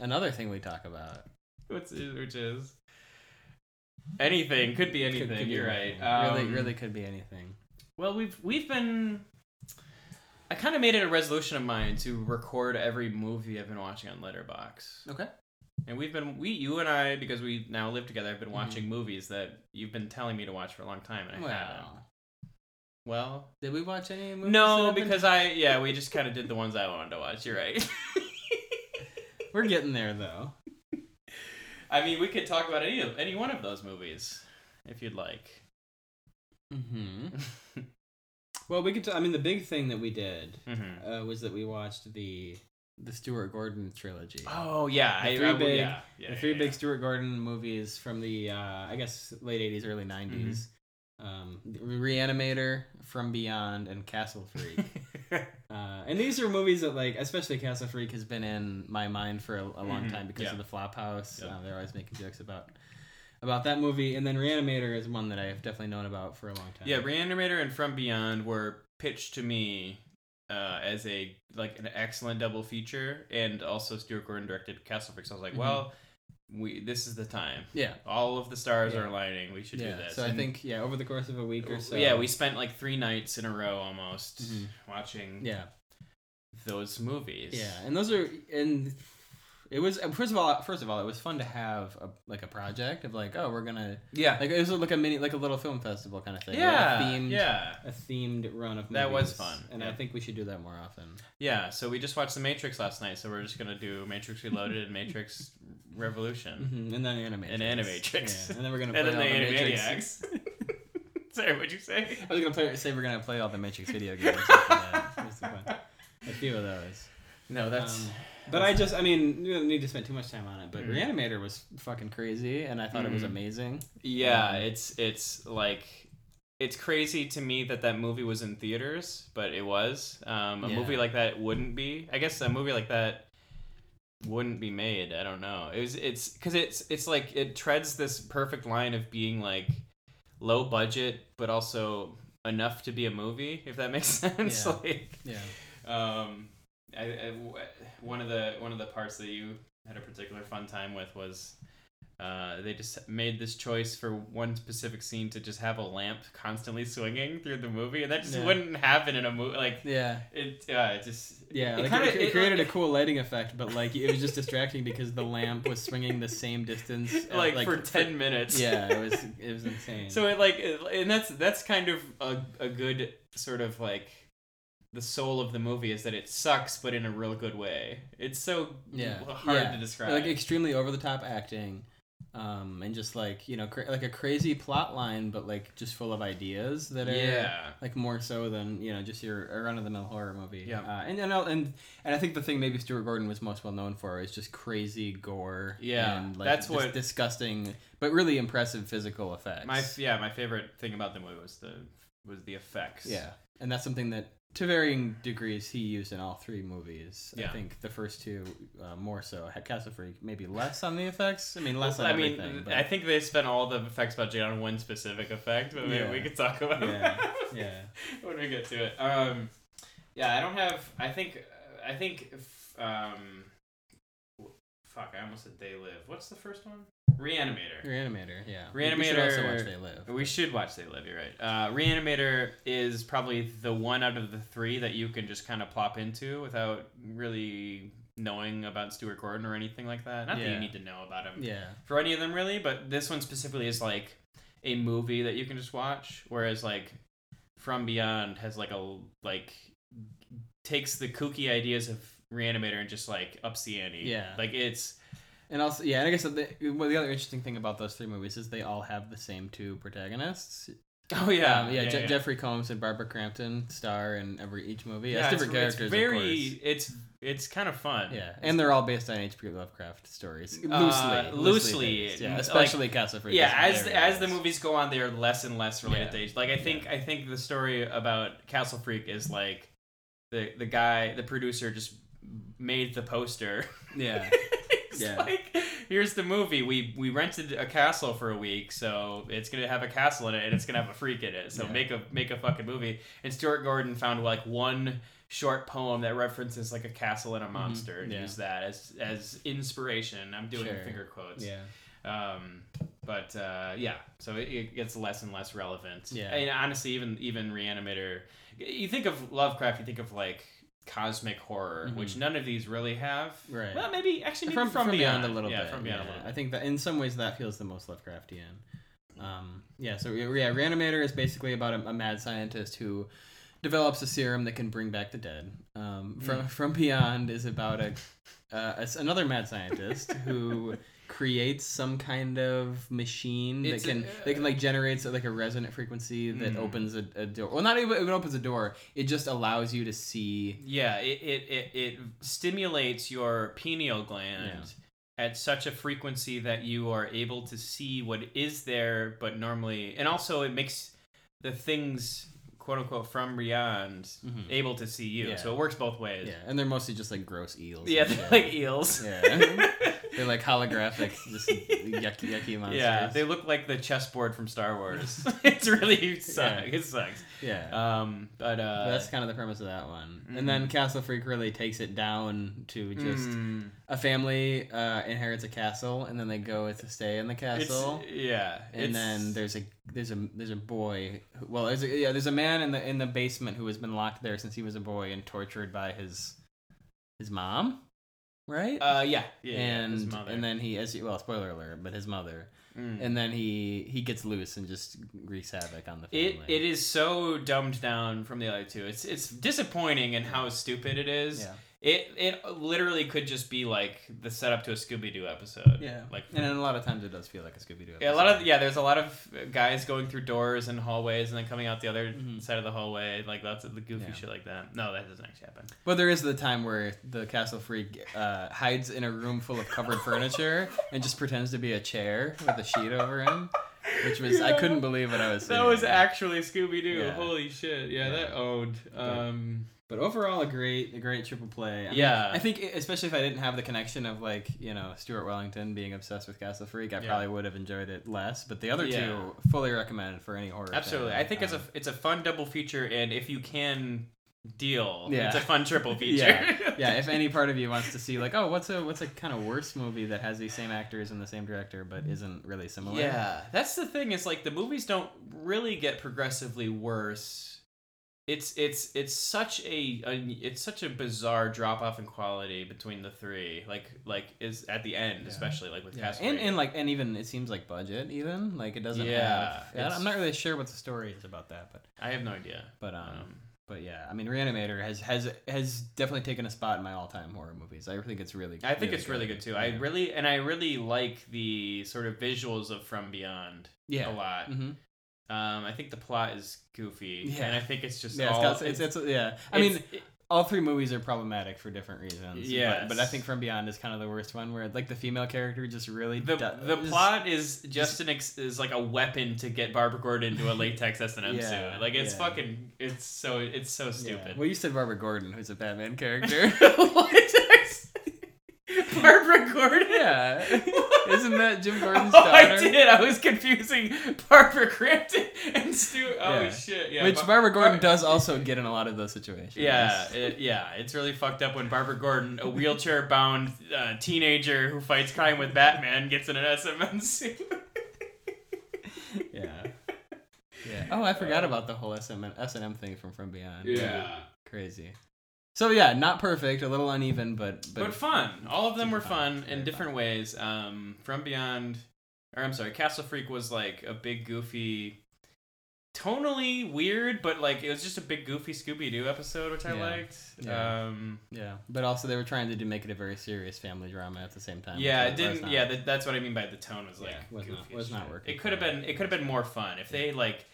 B: another thing we talk about.
A: what's which is anything could be
B: Could-
A: anything.
B: could be
A: you're right.
B: anything. really,
A: Um,
B: really could be anything.
A: Well, we've we've been. I kind of made it a resolution of mine to record every movie I've been watching on Letterbox,
B: Okay.
A: and we've been we you and I because we now live together. I've been watching movies that you've been telling me to watch for a long time, and I haven't.
B: Wow.
A: Well,
B: Did we watch any movies? that
A: no,
B: have been-
A: because I yeah we just kind of did the ones I wanted to watch. You're right.
B: we're getting there though.
A: I mean, we could talk about any of any one of those movies if you'd like.
B: Mm-hmm. Well, we could. T- I mean, the big thing that we did
A: Mhm.
B: uh, was that we watched the the Stuart Gordon trilogy.
A: Oh yeah,
B: The
A: I-
B: three
A: I-
B: big-
A: yeah, yeah,
B: the three
A: yeah,
B: big Stuart Gordon movies from the uh, I guess late '80s, early
A: Mm-hmm.
B: '90s. Um, Reanimator, From Beyond, and Castle Freak.
A: yeah.
B: uh, and these are movies that, like, especially Castle Freak has been in my mind for a, a long
A: Mhm,
B: time because
A: yeah.
B: of the Flophouse.
A: Yeah.
B: Uh, they're always making jokes about about that movie. And then Reanimator is one that I have definitely known about for a long time.
A: Yeah, Reanimator and From Beyond were pitched to me uh, as a like an excellent double feature, and also Stuart Gordon directed Castle Freak. So I was like,
B: Mhm.
A: well, we this is the time.
B: yeah,
A: All of the stars
B: Yeah.
A: are aligning. We should
B: yeah.
A: do this.
B: So I
A: And- Oh,
B: think yeah, over the course of a week or so.
A: Yeah, we spent like three nights in a row almost
B: Mhm.
A: watching
B: yeah.
A: those movies.
B: Yeah, and those are and it was uh, first of all first of all it was fun to have a, like a project of like oh we're gonna
A: Yeah.
B: like it was like a mini like a little film festival kind of thing. like
A: yeah.
B: a themed
A: yeah.
B: a themed run of movies.
A: That was fun,
B: and I
A: yeah.
B: think we should do that more often.
A: Yeah. So we just watched The Matrix last night, so we're just gonna do Matrix Reloaded and Matrix Revolution.
B: Mhm, And then animatrix.
A: And Animatrix.
B: Yeah, and then we're gonna play
A: And then the
B: all the Matrix.
A: Animaniacs. Sorry, what'd you say?
B: I was gonna play, say we're gonna play all the Matrix video games. after that. That's the fun. A few of those.
A: No, that's
B: Um, but I just, I mean, we don't need to spend too much time on it. But
A: Mm.
B: Reanimator was fucking crazy, and I thought it was
A: Mm.
B: amazing.
A: yeah.
B: um,
A: it's it's like it's crazy to me that that movie was in theaters, but it was. Um, a
B: Yeah.
A: movie like that wouldn't be. I guess a movie like that wouldn't be made. I don't know. It was. It's because it's it's like it treads this perfect line of being like low budget, but also enough to be a movie. If that makes sense.
B: Yeah.
A: Like
B: Yeah.
A: Um, I, I- w- one of the one of the parts that you had a particular fun time with was uh, they just made this choice for one specific scene to just have a lamp constantly swinging through the movie, and that just
B: Yeah.
A: wouldn't happen in a movie. Like
B: Yeah.
A: it, uh, it just
B: Yeah,
A: It
B: like,
A: kinda-
B: it, it
A: it-
B: created a cool lighting effect, but like it was just distracting because the lamp was swinging the same distance, at,
A: like, for ten minutes.
B: uh, Yeah, it was it was insane.
A: So it like, it- and that's that's kind of a a good sort of like the soul of the movie is that it sucks, but in a real good way. It's so
B: Yeah.
A: hard
B: Yeah.
A: to describe.
B: like extremely over the top acting, um, and just like you know, cra- like a crazy plot line, but like just full of ideas that are
A: yeah.
B: like more so than you know just your run of the mill horror movie.
A: Yeah.
B: uh, and and, I'll- and and I think the thing maybe Stuart Gordon was most well known for is just crazy gore.
A: Yeah,
B: and, like,
A: that's
B: dis-
A: what-
B: disgusting, but really impressive physical effects.
A: My yeah, my favorite thing about the movie was the was the effects.
B: Yeah, and that's something that, to varying degrees, he used in all three movies. I
A: Yeah.
B: think the first two uh, more so. Ha- Castle Freak maybe less on the effects. I mean, less on
A: I mean,
B: everything.
A: I
B: But,
A: think they spent all the effects budget on one specific effect, but maybe
B: Yeah.
A: we could talk about
B: Yeah.
A: that
B: yeah,
A: when we get to it. Um, yeah, I don't have. I think. I think. If, um, w- fuck! I almost said They Live. What's the first one? Reanimator.
B: Reanimator. Yeah, We- We should
A: Reanimator-
B: also watch They Live.
A: We should watch They Live. You're right. Uh, Reanimator is probably the one out of the three that you can just kind of plop into without really knowing about Stuart Gordon or anything like that. Not that
B: Yeah.
A: you need to know about him
B: Yeah,
A: for any of them really, but this one specifically is like a movie that you can just watch. Whereas like From Beyond has like a like takes the kooky ideas of Reanimator and just like ups the ante.
B: Yeah.
A: like it's
B: and also yeah, and I guess the, well, the other interesting thing about those three movies is they all have the same two protagonists.
A: oh yeah
B: um, yeah, Je- Jeffrey Combs and Barbara Crampton star in every each movie. Yeah,
A: it's-
B: it's different
A: it's
B: characters. of
A: very
B: course.
A: it's it's kind of fun.
B: Yeah, and they're all based on H.P. Lovecraft stories, loosely,
A: Uh, loosely, like-
B: based, yeah, especially Castle Freak.
A: yeah.
B: is
A: As the,
B: very
A: as the
B: based.
A: movies go on, they are less and less related
B: Yeah.
A: to age. Like I think I think the story about Castle Freak is like the the guy the producer just made the poster.
B: yeah,
A: It's
B: Yeah.
A: Like here's the movie. We we rented a castle for a week, so it's gonna have a castle in it and it's gonna have a freak in it. So
B: Yeah.
A: make a make a fucking movie. And Stuart Gordon found like one short poem that references like a castle and a monster and
B: Mm-hmm. yeah.
A: used that as as inspiration. I'm doing
B: Sure.
A: finger quotes.
B: yeah,
A: Um, but uh, yeah, so it, it gets less and less relevant.
B: Yeah.
A: and honestly, even even Reanimator, you think of Lovecraft, you think of like cosmic horror,
B: Mhm.
A: which none of these really have.
B: right.
A: Well, maybe actually maybe
B: from, from beyond, a little
A: yeah,
B: bit.
A: from beyond
B: yeah.
A: a little
B: I
A: bit.
B: think that in some ways that feels the most Lovecraftian. Um, yeah, so yeah, yeah, Reanimator is basically about a, a mad scientist who develops a serum that can bring back the dead.
A: Hmm.
B: Um, from from beyond is about a, uh, a- another mad scientist who creates some kind of machine
A: It's a- uh,
B: that can that can like generates like a resonant frequency that
A: Mm.
B: opens a, a door. Well, not even even opens a door. It just allows you to see.
A: Yeah, it it, it it stimulates your pineal gland. At such a frequency that you are able to see what is there, but normally, and also it makes the things "quote unquote" from beyond able to see you.
B: Mm-hmm. Yeah.
A: So it works both ways.
B: Yeah, and they're mostly just like gross eels.
A: Yeah,
B: and
A: they're
B: shit.
A: like eels.
B: Yeah. They're like holographic, just yucky, yucky monsters.
A: Yeah, they look like the chessboard from Star Wars. it's really sucks. It sucks.
B: yeah.
A: Um, but uh,
B: That's kind of the premise of that one.
A: Mm.
B: And then Castle Freak really takes it down to just
A: mm,
B: a family uh, inherits a castle, and then they go to stay in the
A: it's,
B: castle.
A: yeah,
B: and
A: it's-
B: then there's a there's a there's a boy. Who, well, there's a, yeah, there's a man in the in the basement who has been locked there since he was a boy and tortured by his his mom. right?
A: Uh, yeah, yeah, yeah, his
B: and
A: mother.
B: and then he, as you, well, spoiler alert, but his mother,
A: Mm.
B: and then he he gets loose and just wreaks havoc on the
A: It
B: family.
A: it is so dumbed down from the other two. It's it's disappointing in how stupid it is.
B: Yeah.
A: It it literally could just be like the setup to a Scooby Doo episode.
B: Yeah.
A: Like
B: And a lot of times it does feel like a Scooby Doo.
A: yeah, a lot of yeah, there's a lot of guys going through doors and hallways and then coming out the other
B: Mhm.
A: side of the hallway. Like lots of the goofy
B: Yeah.
A: shit like that. No, that doesn't actually happen.
B: But there is the time where the castle freak uh, hides in a room full of covered furniture and just pretends to be a chair with a sheet over him, which was I
A: Yeah.
B: couldn't believe what I was seeing.
A: That was actually Scooby Doo.
B: Yeah.
A: Holy shit! Yeah,
B: Yeah.
A: that owned. Um,
B: But overall, a great, a great triple play. I mean,
A: Yeah.
B: I think e, especially if I didn't have the connection of like you know Stuart Wellington being obsessed with Castle Freak, I
A: Yeah.
B: probably would have enjoyed it less. But the other
A: Yeah.
B: two, fully recommended for any horror.
A: absolutely.
B: fan.
A: I think it's a
B: Um,
A: it's a fun double feature, and if you can deal,
B: Yeah.
A: it's a fun triple feature.
B: Yeah. yeah. If any part of you wants to see like, oh, what's a what's a kind of worse movie that has these same actors and the same director but isn't really similar?
A: Yeah, that's the thing. Is like the movies don't really get progressively worse. It's it's it's such a, a it's such a bizarre drop off in quality between the three. Like like is at the end,
B: Yeah.
A: especially like with
B: Yeah,
A: Castle.
B: and, and like and even it seemes like budget even like it doesn't
A: Yeah,
B: have I don't-
A: it's-
B: I'm not really sure what the story is about that but
A: I have no idea.
B: but um,
A: Um,
B: but yeah I mean Reanimator has has has definitely taken a spot in my all time horror movies I think it's really
A: I think it's really good too. I
B: Yeah.
A: really and I really like the sort of visuals of From Beyond
B: yeah
A: a lot.
B: hmm
A: Um, I think the plot is goofy,
B: Yeah.
A: and I think it's just
B: yeah it's
A: all.
B: got- it's, it's, yeah I mean
A: it's-
B: all three movies are problematic for different reasons
A: Yes.
B: but, but I think From Beyond is kind of the worst one where like the female character just really
A: The,
B: do-
A: the
B: is-
A: plot is just an ex- is like a weapon to get Barbara Gordon into a latex S and M
B: Yeah,
A: suit. Like it's
B: yeah.
A: fucking it's so it's so
B: yeah.
A: stupid.
B: well you said Barbara Gordon who's a Batman character
A: Latex- Barbara Gordon.
B: yeah isn't that Jim Gordon's
A: Oh,
B: daughter
A: I did. I was confusing Barbara Crampton and Stu. Oh
B: Yeah.
A: shit! Yeah,
B: Which
A: Bar-
B: Barbara Gordon
A: Bar-
B: does also get in a lot of those situations.
A: Yeah, it, yeah, it's really fucked up when Barbara Gordon, a wheelchair-bound uh, teenager who fights crime with Batman, gets in an SMN suit.
B: yeah. Yeah. Oh, I forgot about the whole SM S and M thing from From Beyond. Crazy. So yeah, not perfect, a little uneven, but but,
A: but, fun. All of them
B: super
A: were
B: fun.
A: fun,
B: Very
A: in different ways. Um, From Beyond, or I'm sorry, Castle Freak was like a big goofy, tonally weird, but like it was just a big goofy Scooby Doo episode, which I
B: Yeah.
A: liked.
B: Yeah.
A: Um,
B: yeah. But also they were trying to do make it a very serious family drama at the same time. which
A: yeah,
B: was-
A: it
B: was
A: didn't.
B: not-
A: Yeah, that, that's what I mean by the tone was like
B: Yeah, was
A: goofy.
B: not-
A: as
B: was not
A: shit.
B: working
A: It could have
B: for me.
A: been. It could have been more fun if they like,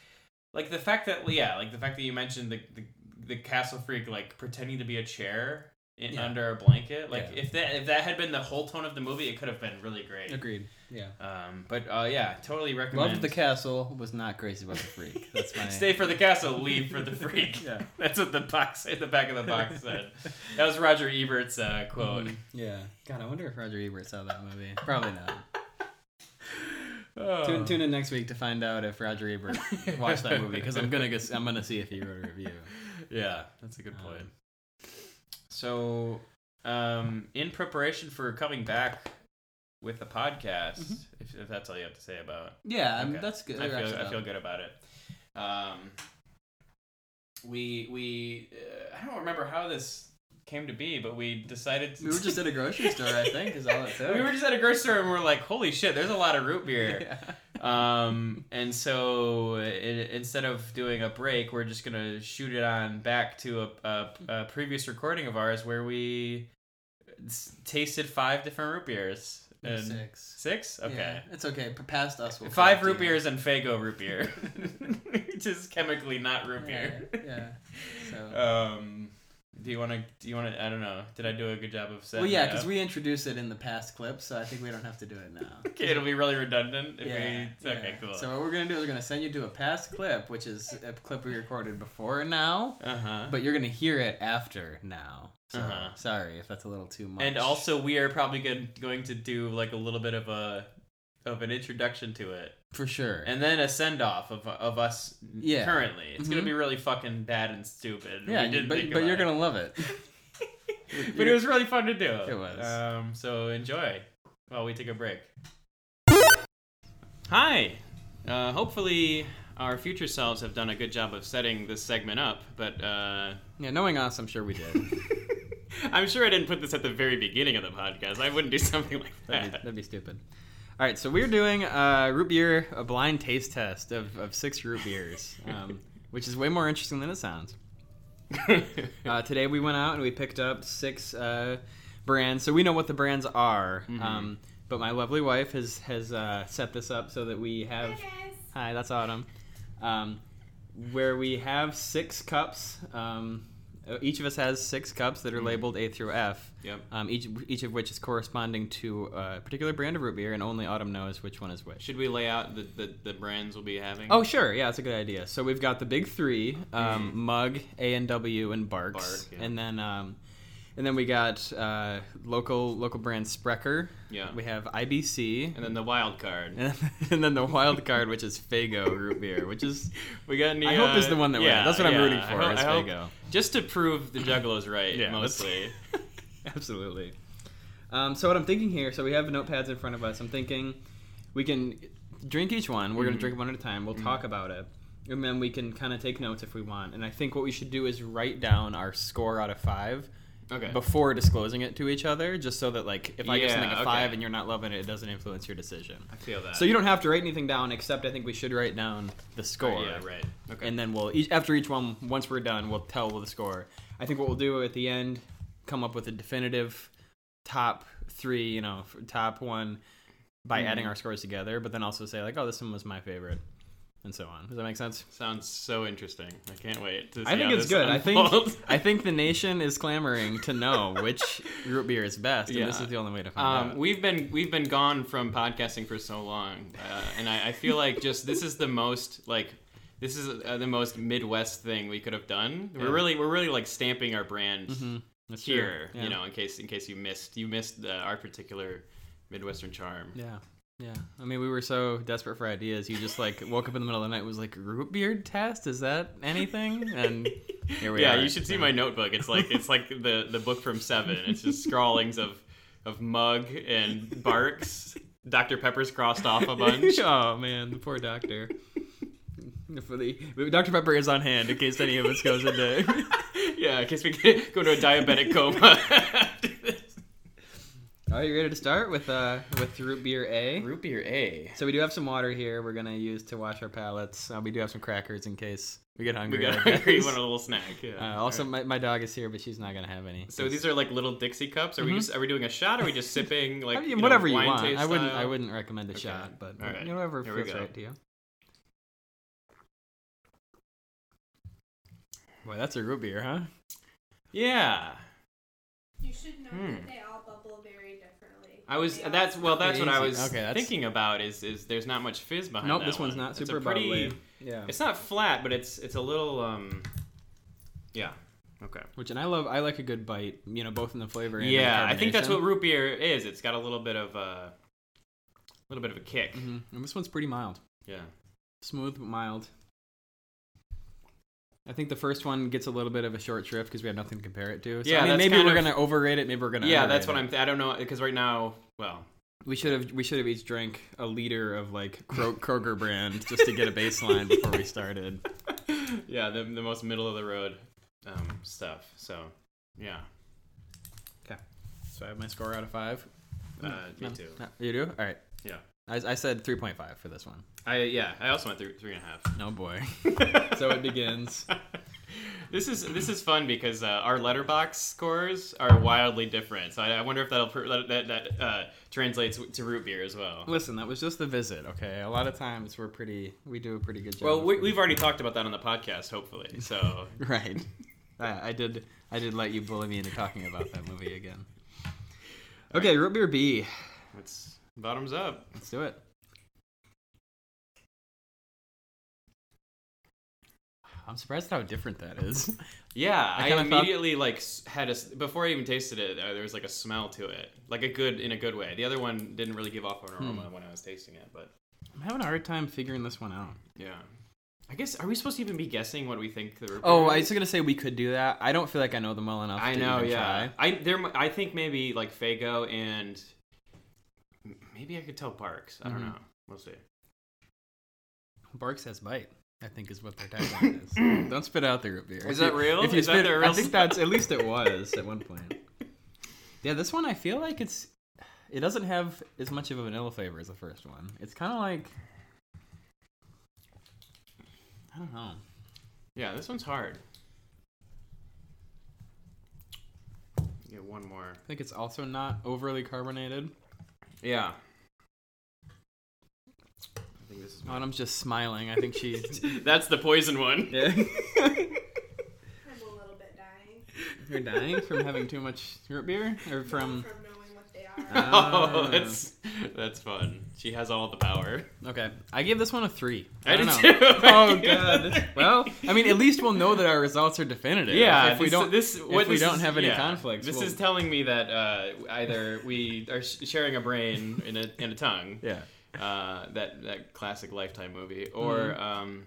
A: like the fact that yeah, like the fact that you mentioned the the, the Castle Freak like pretending to be a chair. In,
B: Yeah.
A: Under a blanket, like
B: Yeah.
A: if that if that had been the whole tone of the movie, it could have been really great.
B: Agreed. Yeah.
A: Um, but uh, yeah, totally recommend.
B: Loved the castle, was not crazy about the freak. That's my
A: Stay for the castle, leave for the freak.
B: Yeah.
A: That's what the box at the back of the box said. That was Roger Ebert's uh, quote.
B: Mhm. Yeah. God, I wonder if Roger Ebert saw that movie. Probably not.
A: Oh.
B: Tune, tune in next week to find out if Roger Ebert watched that movie because I'm gonna guess, I'm gonna see if he wrote a review.
A: Yeah, that's a good point.
B: Um,
A: So, um, in preparation for coming back with the podcast,
B: Mhm.
A: if, if that's all you have to say about,
B: Yeah, I mean,
A: Okay.
B: Um, that's good.
A: I
B: That wraps
A: feel
B: it
A: I
B: up.
A: feel good about it. Um, we we uh, I don't remember how this came to be, but we decided to
B: we were just at a grocery store, I think, is all it took.
A: we were just at a grocery store and we are like, holy shit, there's a lot of root beer.
B: Yeah.
A: Um, and so i instead of doing a break, we're just gonna shoot it on back to a, a, a previous recording of ours where we s- tasted five different root beers. And
B: six.
A: Six? Okay.
B: Yeah, it's okay. P- Past us, we'll
A: Five
B: collect
A: root
B: you.
A: beers and Fago root beer, which is chemically not root
B: Yeah,
A: beer.
B: yeah. So.
A: Um, do you want to? Do you want to? I don't know. Did I do a good job of setting?
B: well, yeah,
A: it
B: because
A: up?
B: we introduced it in the past clip, so I think we don't have to do it now.
A: Okay, it'll be really redundant if
B: Yeah,
A: we. Okay,
B: yeah.
A: cool.
B: So what we're gonna do is we're gonna send you to a past clip, which is a clip we recorded before now,
A: uh huh.
B: but you're gonna hear it after now. So
A: Uh-huh.
B: sorry if that's a little too much.
A: And also, we are probably good, going to do like a little bit of a of an introduction to it,
B: for sure.
A: and then a send off of of us
B: Yeah.
A: currently. It's
B: Mhm.
A: gonna be really fucking bad and stupid.
B: yeah,
A: we didn't
B: but,
A: think
B: but
A: about
B: you're
A: it.
B: gonna love it.
A: But it was really fun to do. It
B: was.
A: Um, so enjoy while we take a break. Hi. Uh, hopefully, our future selves have done a good job of setting this segment up, but. Uh,
B: yeah, knowing us, I'm sure we did.
A: I'm sure I didn't put this at the very beginning of the podcast. I wouldn't do something like
B: That'd be,
A: that.
B: that'd be stupid. All right, so we're doing uh, root beer, a blind taste test of, of six root beers, um, which is way more interesting than it sounds. Uh, today we went out and we picked up six uh, brands, so we know what the brands are. Um, but my lovely wife has has uh, set this up so that we have. Hi, that's Autumn. Um, where we have six cups. Um, uh, each of us has six cups that are labeled A through F.
A: Yep.
B: Um, each each of which is corresponding to a particular brand of root beer, and only Autumn knows which one is which.
A: Should we lay out the, the, the brands we'll be having?
B: Oh, sure. Yeah, that's a good idea. So we've got the big three: um, Mug, A and W, and Barks,
A: Bark, Mm-hmm. yeah.
B: and then um, and then we got uh, local local brand Sprecher.
A: Yeah.
B: We have IBC,
A: And then the wild card.
B: and then, and then the wild card, which is Fago root beer, which is
A: We got any?
B: I hope is
A: uh,
B: the one that
A: yeah,
B: wins. That's what
A: yeah,
B: I'm rooting
A: I
B: for.
A: hope-
B: is
A: I hope-
B: Fago.
A: Just to prove the Juggalo's right,
B: Yeah, that's-
A: mostly.
B: Absolutely. Um, so what I'm thinking here, so we have notepads in front of us. I'm thinking we can drink each one.
A: Mm-hmm.
B: We're gonna drink one at a time. We'll talk about it, and then we can kind of take notes if we want. And I think what we should do is write down our score out of five
A: Okay.
B: before disclosing it to each other, just so that like if I give
A: Yeah,
B: something a
A: okay.
B: five and you're not loving it, it doesn't influence your decision.
A: I feel that.
B: So you don't have to write anything down, except I think we should write down the score.
A: Uh, Yeah, right. Okay.
B: And then we'll each, after each one, once we're done, we'll tell the score. I think what we'll do at the end, come up with a definitive top three, you know, f- top one
A: Hmm.
B: by adding our scores together. But then also say like, oh, this one was my favorite, and so on. Does that make sense?
A: Sounds so interesting. I can't wait to see
B: I think
A: how
B: it's
A: this
B: good.
A: unfolds.
B: I think I think the nation is clamoring to know which root beer is best,
A: Yeah.
B: and this is the only way to find
A: Um,
B: out.
A: we've been we've been gone from podcasting for so long, uh, and I, I feel like just this is the most like this is uh, the most Midwest thing we could have done.
B: Yeah. Mm-hmm.
A: We're really we're really like stamping our brand
B: That's true.
A: here,
B: Yeah.
A: you know, in case in case you missed you missed uh, our particular Midwestern charm.
B: Yeah. Yeah. I mean, we were so desperate for ideas. You just like woke up in the middle of the night and was like, root beard test? Is that anything? And here we
A: yeah,
B: are.
A: you should see my notebook. It's like it's like the the book from Seven. It's just scrawlings of of mug and barks. Dr. Pepper's crossed off a bunch.
B: oh, man. The poor doctor. For the, Dr. Pepper is on hand in case any of us goes into.
A: yeah, in case we get, go to a diabetic coma.
B: Are you ready to start with uh with root beer A?
A: Root beer A.
B: So we do have some water here. We're gonna use to wash our palates. Uh, we do have some crackers in case we get
A: We
B: hungry.
A: got
B: I
A: hungry.
B: guess.
A: Want a little snack? Yeah.
B: Uh, also, my, my dog is here, but she's not gonna have any.
A: so these are like little Dixie cups. Are we just are we doing a shot? Or are we just sipping like
B: Mm-hmm. I mean,
A: you know,
B: whatever you
A: wine
B: want.
A: taste
B: I wouldn't.
A: style?
B: I wouldn't recommend a shot, but
A: All right.
B: whatever
A: Here we
B: feels
A: go.
B: right to you. Boy, that's a root beer, huh?
A: Yeah.
C: You should know
A: Hmm.
C: that they all bubble very differently.
A: I was.
C: They all
A: That's well.
C: smell
A: That's what I
B: Amazing.
A: was
B: Okay, that's-
A: thinking about. Is is there's not much fizz behind.
B: nope,
A: that
B: this one's
A: one.
B: not
A: It's
B: super
A: a pretty,
B: bubbly. Yeah.
A: It's not flat, but it's it's a little. um Yeah. Okay.
B: Which and I love. I like a good bite. You know, both in the flavor. And in the
A: Yeah, I think that's
B: carbonation.
A: what root beer is. It's got a little bit of uh, a little bit of a kick.
B: Mhm. And this one's pretty mild,
A: Yeah.
B: smooth but mild. I think the first one gets a little bit of a short shrift because we have nothing to compare it to. So,
A: Yeah,
B: I mean,
A: that's
B: maybe
A: kind
B: we're
A: of-
B: gonna overrate it. Maybe we're gonna.
A: Yeah, that's
B: underrate
A: what
B: it.
A: I'm. I don't know because right now, well,
B: We should have we should have each drank a liter of like Kro- Kroger brand just to get a baseline before we started.
A: yeah, the the most middle of the road um, stuff. So, yeah,
B: So I have my score out of five.
A: uh, me
B: Mm, No,
A: too.
B: no, you do? All right.
A: Yeah,
B: I, I said three point five for this one.
A: I yeah, I also went through three and a
B: No boy.
A: half.
B: so it begins.
A: this is this is fun because uh, our letterbox scores are wildly different. So I, I wonder if that'll pr- that that, that uh, translates to root beer as well.
B: Listen, that was just the visit. Okay. A lot of times we're pretty. We do a pretty good job.
A: Well,
B: of-
A: we, we've already talked about that on the podcast, hopefully. So
B: right. I, I did. I did let you bully me into talking about that movie again. Okay, root beer B.
A: it's bottoms up.
B: Let's do it. I'm surprised at how different that is.
A: Yeah, I,
B: kinda thought-
A: immediately like s- had a s- before I even tasted it. Uh, there was like a smell to it, like a good in a good way. The other one didn't really give off an aroma
B: Hmm.
A: when I was tasting it, but
B: I'm having a hard time figuring this one out.
A: yeah. I guess are we supposed to even be guessing what we think the root
B: Oh,
A: beer
B: I
A: is?
B: was gonna say we could do that. I don't feel like I know them well enough.
A: I
B: to
A: know,
B: even
A: yeah.
B: try.
A: I there mi- I think maybe like Fago and m- maybe I could tell Barks. I don't
B: Mhm.
A: know. We'll see.
B: Barks has bite. I think is what their tagline is. don't spit out the root beer.
A: Is
B: If
A: that
B: you-
A: real?
B: If you
A: Is that
B: spit,
A: their real
B: I think that's at least it was at one point. Yeah, this one I feel like it's it doesn't have as much of a vanilla flavor as the first one. It's kind of like I don't know.
A: Yeah, this one's hard. Get one more.
B: I think it's also not overly carbonated.
A: Yeah. I think this is my...
B: Autumn's just smiling. I think she.
A: That's the poison one.
C: I'm a little bit dying.
B: You're dying from having too much root beer, or from
C: from knowing what they are.
B: Ah.
A: Oh,
B: Ah.
A: that's that's fun. She has all the power.
B: okay. I gave this one a three. I,
A: I
B: don't
A: did
B: know.
A: too.
B: Oh god. Well, I mean, at least we'll know that our results are definitive.
A: Yeah,
B: If we
A: this-
B: don't,
A: this, what
B: we
A: this
B: don't
A: is-
B: have any
A: yeah.
B: conflicts,
A: This
B: we'll-
A: is telling me that uh, either we are sh- sharing a brain and a, and a tongue,
B: yeah.
A: uh, that that classic Lifetime movie, or
B: Mm-hmm.
A: um,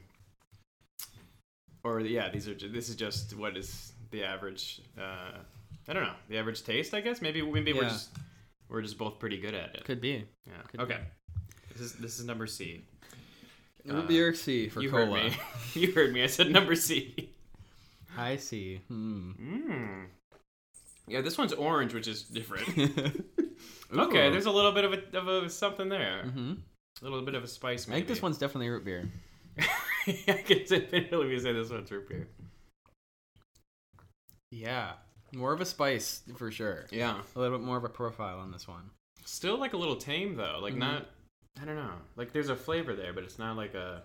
A: or yeah, these are ju- this is just what is the average. Uh, I don't know the average taste. I guess maybe maybe we're
B: Yeah.
A: just we're just both pretty good at it.
B: Could be.
A: Yeah.
B: could
A: okay. This is this is number C.
B: Root
A: Uh,
B: beer C for
A: you
B: cola.
A: heard me. you heard me. I said number C.
B: I see. Hmm.
A: Mm. Yeah, this one's orange, which is different.
B: Ooh.
A: okay, there's a little bit of a, of a something there.
B: Mhm.
A: A little bit of a spice.
B: I
A: Maybe.
B: think this one's definitely root beer.
A: I can definitely say this one's root beer.
B: Yeah. More of a spice for sure.
A: Yeah,
B: A little bit more of a profile on this one.
A: still like a little tame though. Like
B: Mhm.
A: not, I don't know. Like there's a flavor there, but it's not like a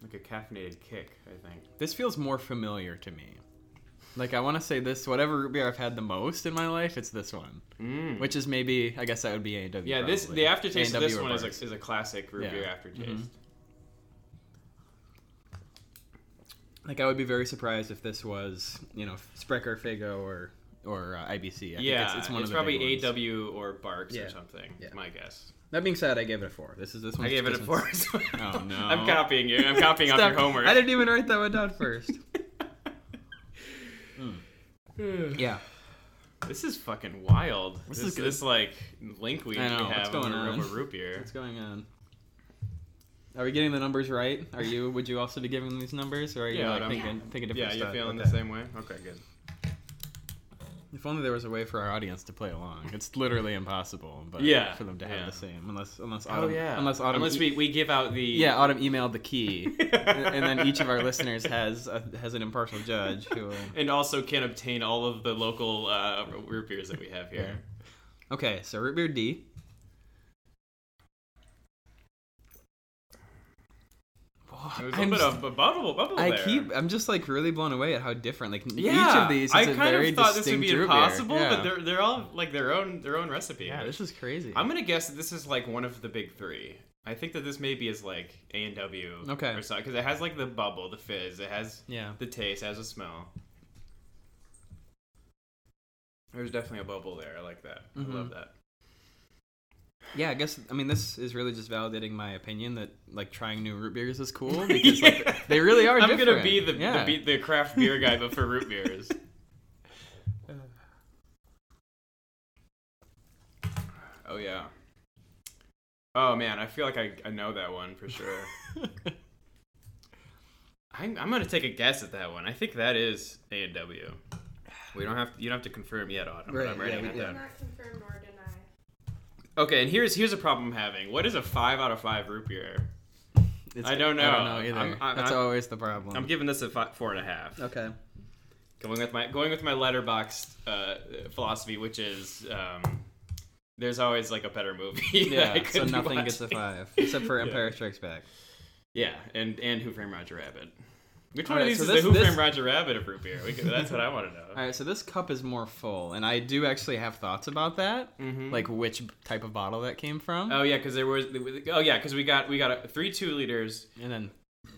A: like a caffeinated kick. I think.
B: This feels more familiar to me. Like I want to say this whatever root beer I've had the most in my life, it's this one,
A: Mm.
B: which is maybe I guess that would be A and W.
A: yeah, this the aftertaste of this one is a, is a classic root
B: Yeah.
A: beer aftertaste.
B: Mhm. like I would be very surprised if this was you know Sprecher, Figo, or or uh, IBC. I
A: yeah,
B: think it's, it's one of the
A: probably
B: big ones.
A: AW or Barks
B: Yeah.
A: or something.
B: Yeah.
A: is My guess.
B: That being said, I gave it a four. This is this one.
A: I gave it a four. as well.
B: Oh, no.
A: I'm copying you. I'm copying off your homework.
B: I didn't even write that one down first. Hmm. yeah.
A: This is fucking wild. This,
B: This
A: is
B: is good.
A: this like link we,
B: I know,
A: we
B: what's
A: have
B: going
A: over,
B: on?
A: over root beer.
B: What's going on? Are we getting the numbers right? Are you? Would you also be giving these numbers, or are you
A: Yeah,
B: like
A: I'm-
B: thinking thinking different
A: Yeah, you're
B: stuff?
A: feeling the
B: Okay.
A: same way. Okay, good.
B: If only there was a way for our audience to play along. It's literally impossible, but
A: Yeah,
B: for them to have
A: yeah.
B: the same, unless unless autumn, Oh, unless autumn,
A: unless we,
B: e-
A: we give out the
B: yeah, autumn emailed the key, and then each of our listeners has a, has an impartial judge who. will-
A: and also can obtain all of the local uh, root beers that we have here.
B: Okay, so root beer D. Whoa,
A: There's a
B: I'm
A: little
B: s-
A: bit of a bubble, bubble
B: I
A: there.
B: keep. I'm just like really blown away at how different. Like n-
A: yeah,
B: each of these is
A: I
B: a
A: kind
B: very
A: of thought this would
B: distinct
A: be
B: root beer.
A: impossible,
B: yeah.
A: but they're they're all like their own their own recipe.
B: yeah, this is crazy.
A: I'm gonna guess that this is like one of the big three. I think that this maybe is like A and W.
B: Okay.
A: Or something because it has like the bubble, the fizz, it has
B: yeah,
A: the taste, it has a smell. There's definitely a bubble there. I like that.
B: Mhm.
A: I love that.
B: yeah. I guess I mean this is really just validating my opinion that like trying new root beers is cool because like, they really are.
A: I'm gonna
B: different.
A: be the,
B: yeah.
A: the be the craft beer guy, but for root beers. oh yeah. Oh man, I feel like I, I know that one for sure. I'm, I'm gonna take a guess at that one. I think that is A and W. We don't have to, you don't have to confirm yet, Autumn. but
B: Right,
A: I'm
B: yeah,
A: writing
B: we-
A: it
B: yeah.
A: down.
C: Not confirm nor deny.
A: Okay, and here's here's a problem I'm having. What is a five out of five root beer?
B: It's-
A: I don't
B: I
A: know.
B: don't know either.
A: I'm- I'm-
B: That's
A: I'm-
B: always the problem.
A: I'm giving this a fi- four and a half.
B: okay.
A: Going with my going with my letterbox uh, philosophy, which is um, there's always like a better movie. that I
B: Yeah. so
A: could be
B: nothing gets a
A: watching.
B: five except for
A: Yeah.
B: Empire Strikes Back.
A: Yeah, and and Who Framed Roger Rabbit? Which
B: All
A: one of
B: right,
A: these
B: so
A: is
B: this-
A: the Who
B: this-
A: Framed Roger Rabbit of root beer? We could, that's what I want to know.
B: All right, so this cup is more full, and I do actually have thoughts about that,
A: Mhm.
B: like which type of bottle that came from,
A: Oh yeah, because there was. Oh yeah, because we got we got a, three two liters.
B: and then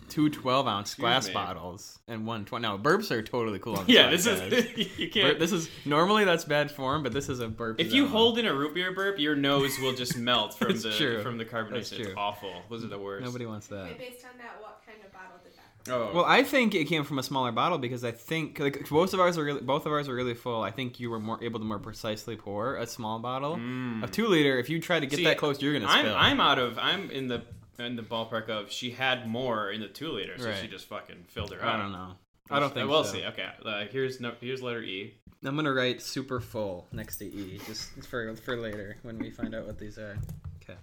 B: two 12 ounce glass
A: me.
B: bottles and one 20. Now burps are totally cool. On this
A: Yeah, this
B: podcast.
A: is you
B: Bur-
A: can't.
B: this is normally that's bad form, but this is a burp.
A: if you
B: zone.
A: hold in a root beer burp, your nose will just melt from
B: It's
A: the
B: true.
A: from the carbonation.
B: That's
A: It's
B: true.
A: awful. Those are the worst.
B: nobody wants
C: Okay,
A: Uh,
B: that.
C: based on that, what kind of bottle did that?
A: Oh
B: Well, I think it came from a smaller bottle because I think like both of ours are really, both of ours are really full. I think you were more able to more precisely pour a small bottle.
A: Mm.
B: A two liter, if you try to get
A: See,
B: that close, you're gonna
A: I'm
B: spill.
A: I'm out of I'm in the in the ballpark of she had more in the two liter, so
B: Right.
A: she just fucking filled her
B: I
A: up.
B: don't know. I don't think
A: We'll
B: so.
A: see. Okay. Uh, here's no, here's letter E.
B: I'm gonna write super full next to E, just for for later when we find out what these are. Okay.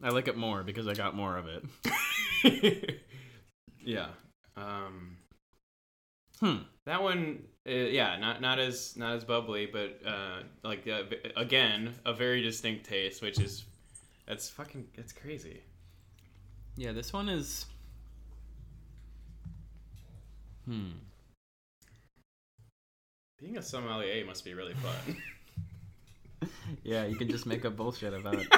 B: I like it more because I got more of it.
A: yeah. Um.
B: Hmm.
A: That one, uh, yeah, not not as not as bubbly, but uh, like uh, v- again, a very distinct taste, which is that's fucking that's crazy.
B: Yeah, this one is. Hmm.
A: Being a sommelier must be really fun.
B: Yeah, you can just make up bullshit about it.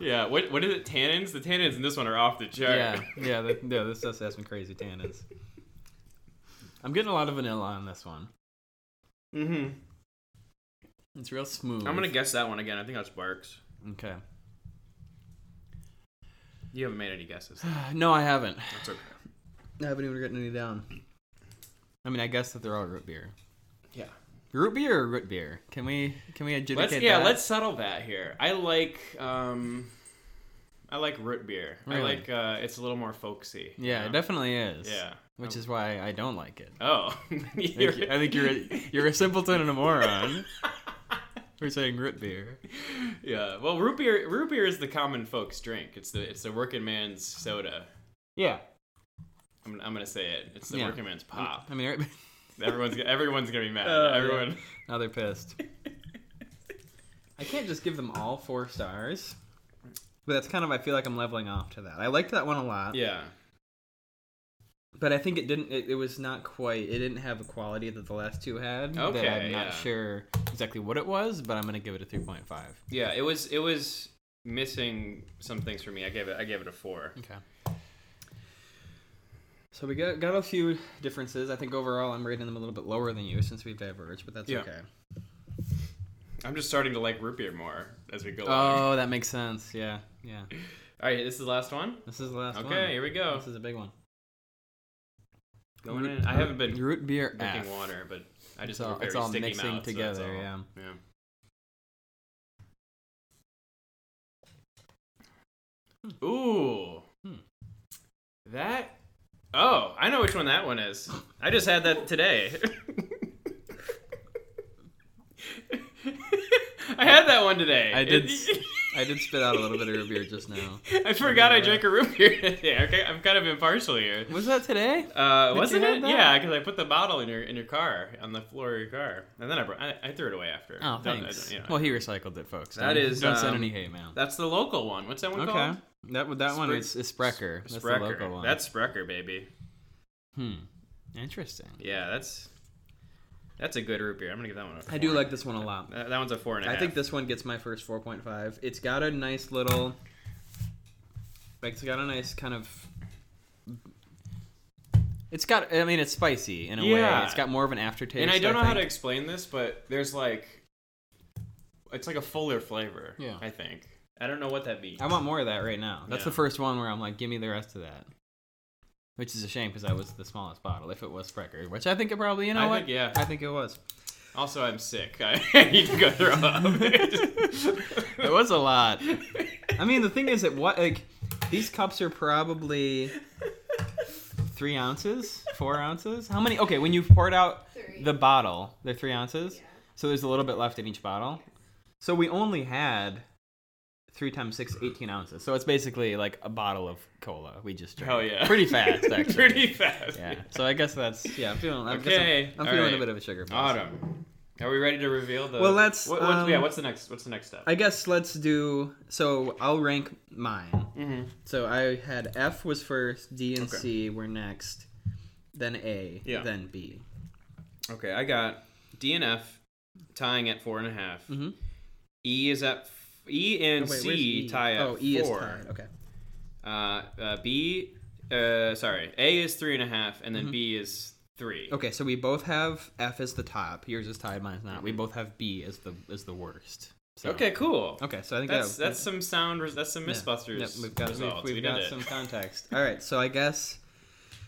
A: yeah, what what is it? Tannins? The tannins in this one are off the chart.
B: Yeah, yeah, that, yeah. This does have some crazy tannins. I'm getting a lot of vanilla on this one.
A: hmm
B: It's real smooth.
A: I'm gonna guess that one again. I think that's Barks.
B: Okay.
A: You haven't made any guesses.
B: No, I haven't.
A: That's okay.
B: I haven't even written any down. I mean, I guess that they're all root beer.
A: Yeah.
B: Root beer or root beer? Can we can we adjudicate
A: Let's yeah,
B: that?
A: let's settle that here. I like um, I like root beer. I
B: Really?
A: like uh, it's a little more folksy. you
B: Yeah, it
A: know?
B: definitely is.
A: Yeah.
B: Which is why I don't like it.
A: Oh,
B: I think, I think you're a, you're a simpleton and a moron for saying root beer.
A: yeah. Well, root beer root beer is the common folks drink. It's the it's the working man's soda.
B: Yeah.
A: I'm, I'm gonna say it. It's the
B: Yeah.
A: working man's pop.
B: I mean,
A: Everyone's everyone's gonna be mad.
B: Oh, yeah.
A: Everyone.
B: now they're pissed. I can't just give them all four stars, but that's kind of I feel like I'm leveling off to that. I liked that one a lot.
A: Yeah.
B: but I think it didn't. It, it was not quite. It didn't have a quality that the last two had.
A: Okay,
B: that I'm not
A: yeah.
B: sure exactly what it was, but I'm gonna give it a three point five.
A: Yeah. It was it was missing some things for me. I gave it I gave it a four.
B: Okay. So we got got a few differences. I think overall I'm rating them a little bit lower than you since we've diverged, but that's
A: Yeah.
B: okay.
A: I'm just starting to like root beer more as we go. along.
B: Oh, that makes sense. Yeah, yeah.
A: All right. This is the last one.
B: This is the last one.
A: Okay. Here we go.
B: This is a big one.
A: Going in. I haven't been
B: root beer
A: drinking
B: F.
A: water, but I just
B: It's all-
A: have a very
B: it's all
A: sticky
B: mixing
A: mouth, so that's
B: together,
A: all.
B: yeah.
A: Yeah. Ooh.
B: Hmm.
A: That. Oh, I know which one that one is. I just had that today. I had that one today.
B: I did s- I did spit out a little bit of root beer just now.
A: I forgot I drank a root beer today. Okay, I'm kind of impartial here.
B: Was that today?
A: Uh,
B: you
A: wasn't
B: had
A: it?
B: that?
A: Yeah, because I put the bottle in your in your car on the floor of your car, and then I br- I, I threw it away after.
B: Oh,
A: Don't- I
B: thanks.
A: don't- you know.
B: Well, he recycled it, folks.
A: That
B: That don't,
A: is,
B: don't send
A: um,
B: any hate mail.
A: that's the local one. What's that one
B: Okay,
A: called?
B: that one- that one
A: Spre-
B: is, is Sprecher. That's
A: Sprecher.
B: the local one.
A: That's Sprecher, baby.
B: hmm. Interesting.
A: Yeah, that's that's a good root beer. I'm gonna give that one. A
B: I do
A: four.
B: like this one a lot.
A: that, that one's a four and a
B: I
A: half.
B: think this one gets my first 4.5. It's got a nice little, like it's got a nice kind of. It's got. I mean, it's spicy in a
A: Yeah.
B: way. It's got more of an aftertaste.
A: and I don't know how to
B: think.
A: explain this, but there's like it's like a fuller flavor.
B: Yeah.
A: I think I don't know what that means.
B: I want more of that right now. That's the
A: Yeah.
B: first one where I'm like, give me the rest of that. Which is a shame because that was the smallest bottle. If it was Sprecher, which I think it probably, you know
A: I
B: what?
A: think yeah.
B: I think it was.
A: Also, I'm sick. I need to go throw
B: It
A: up.
B: was a lot. I mean, the thing is that what like these cups are probably three ounces, four ounces. How many? Okay, when you poured out
C: Three.
B: the bottle, they're three ounces.
C: yeah.
B: So there's a little bit left in each bottle. So we only had three times six, 18 ounces. So it's basically like a bottle of cola. We just drank.
A: Hell yeah.
B: pretty fast actually.
A: Pretty fast.
B: Yeah. So I guess that's yeah. I'm feeling. I guess I'm-
A: Okay,
B: I'm,
A: all
B: feeling
A: right.
B: a bit of a sugar. buzz.
A: Autumn. Are we ready to reveal the?
B: Well, let's,
A: What, what's, yeah.
B: um,
A: What's the next? What's the next step?
B: I guess let's do. So I'll rank mine.
A: mm-hmm.
B: So I had F was first, D and
A: Okay.
B: C were next, then A,
A: Yeah.
B: then B.
A: Okay, I got D and F tying at four and a half.
B: Mhm.
A: E is at f- E and
B: Oh, wait,
A: C
B: where's E?
A: tie at
B: Oh, E
A: four.
B: is tied. Okay.
A: Uh, uh, B, uh, sorry, A is three and a half, and then
B: Mm-hmm.
A: B is three.
B: Okay, so we both have F as the top. Yours is tied, mine's not. We both have B as the as the worst. So,
A: Mm-hmm. Okay, cool.
B: Okay, so I think
A: That's
B: that,
A: that's some sound. Res- that's some
B: yeah.
A: MythBusters
B: Yep, we've got we've,
A: results.
B: we've
A: we did
B: got
A: it.
B: some context. All right, so I guess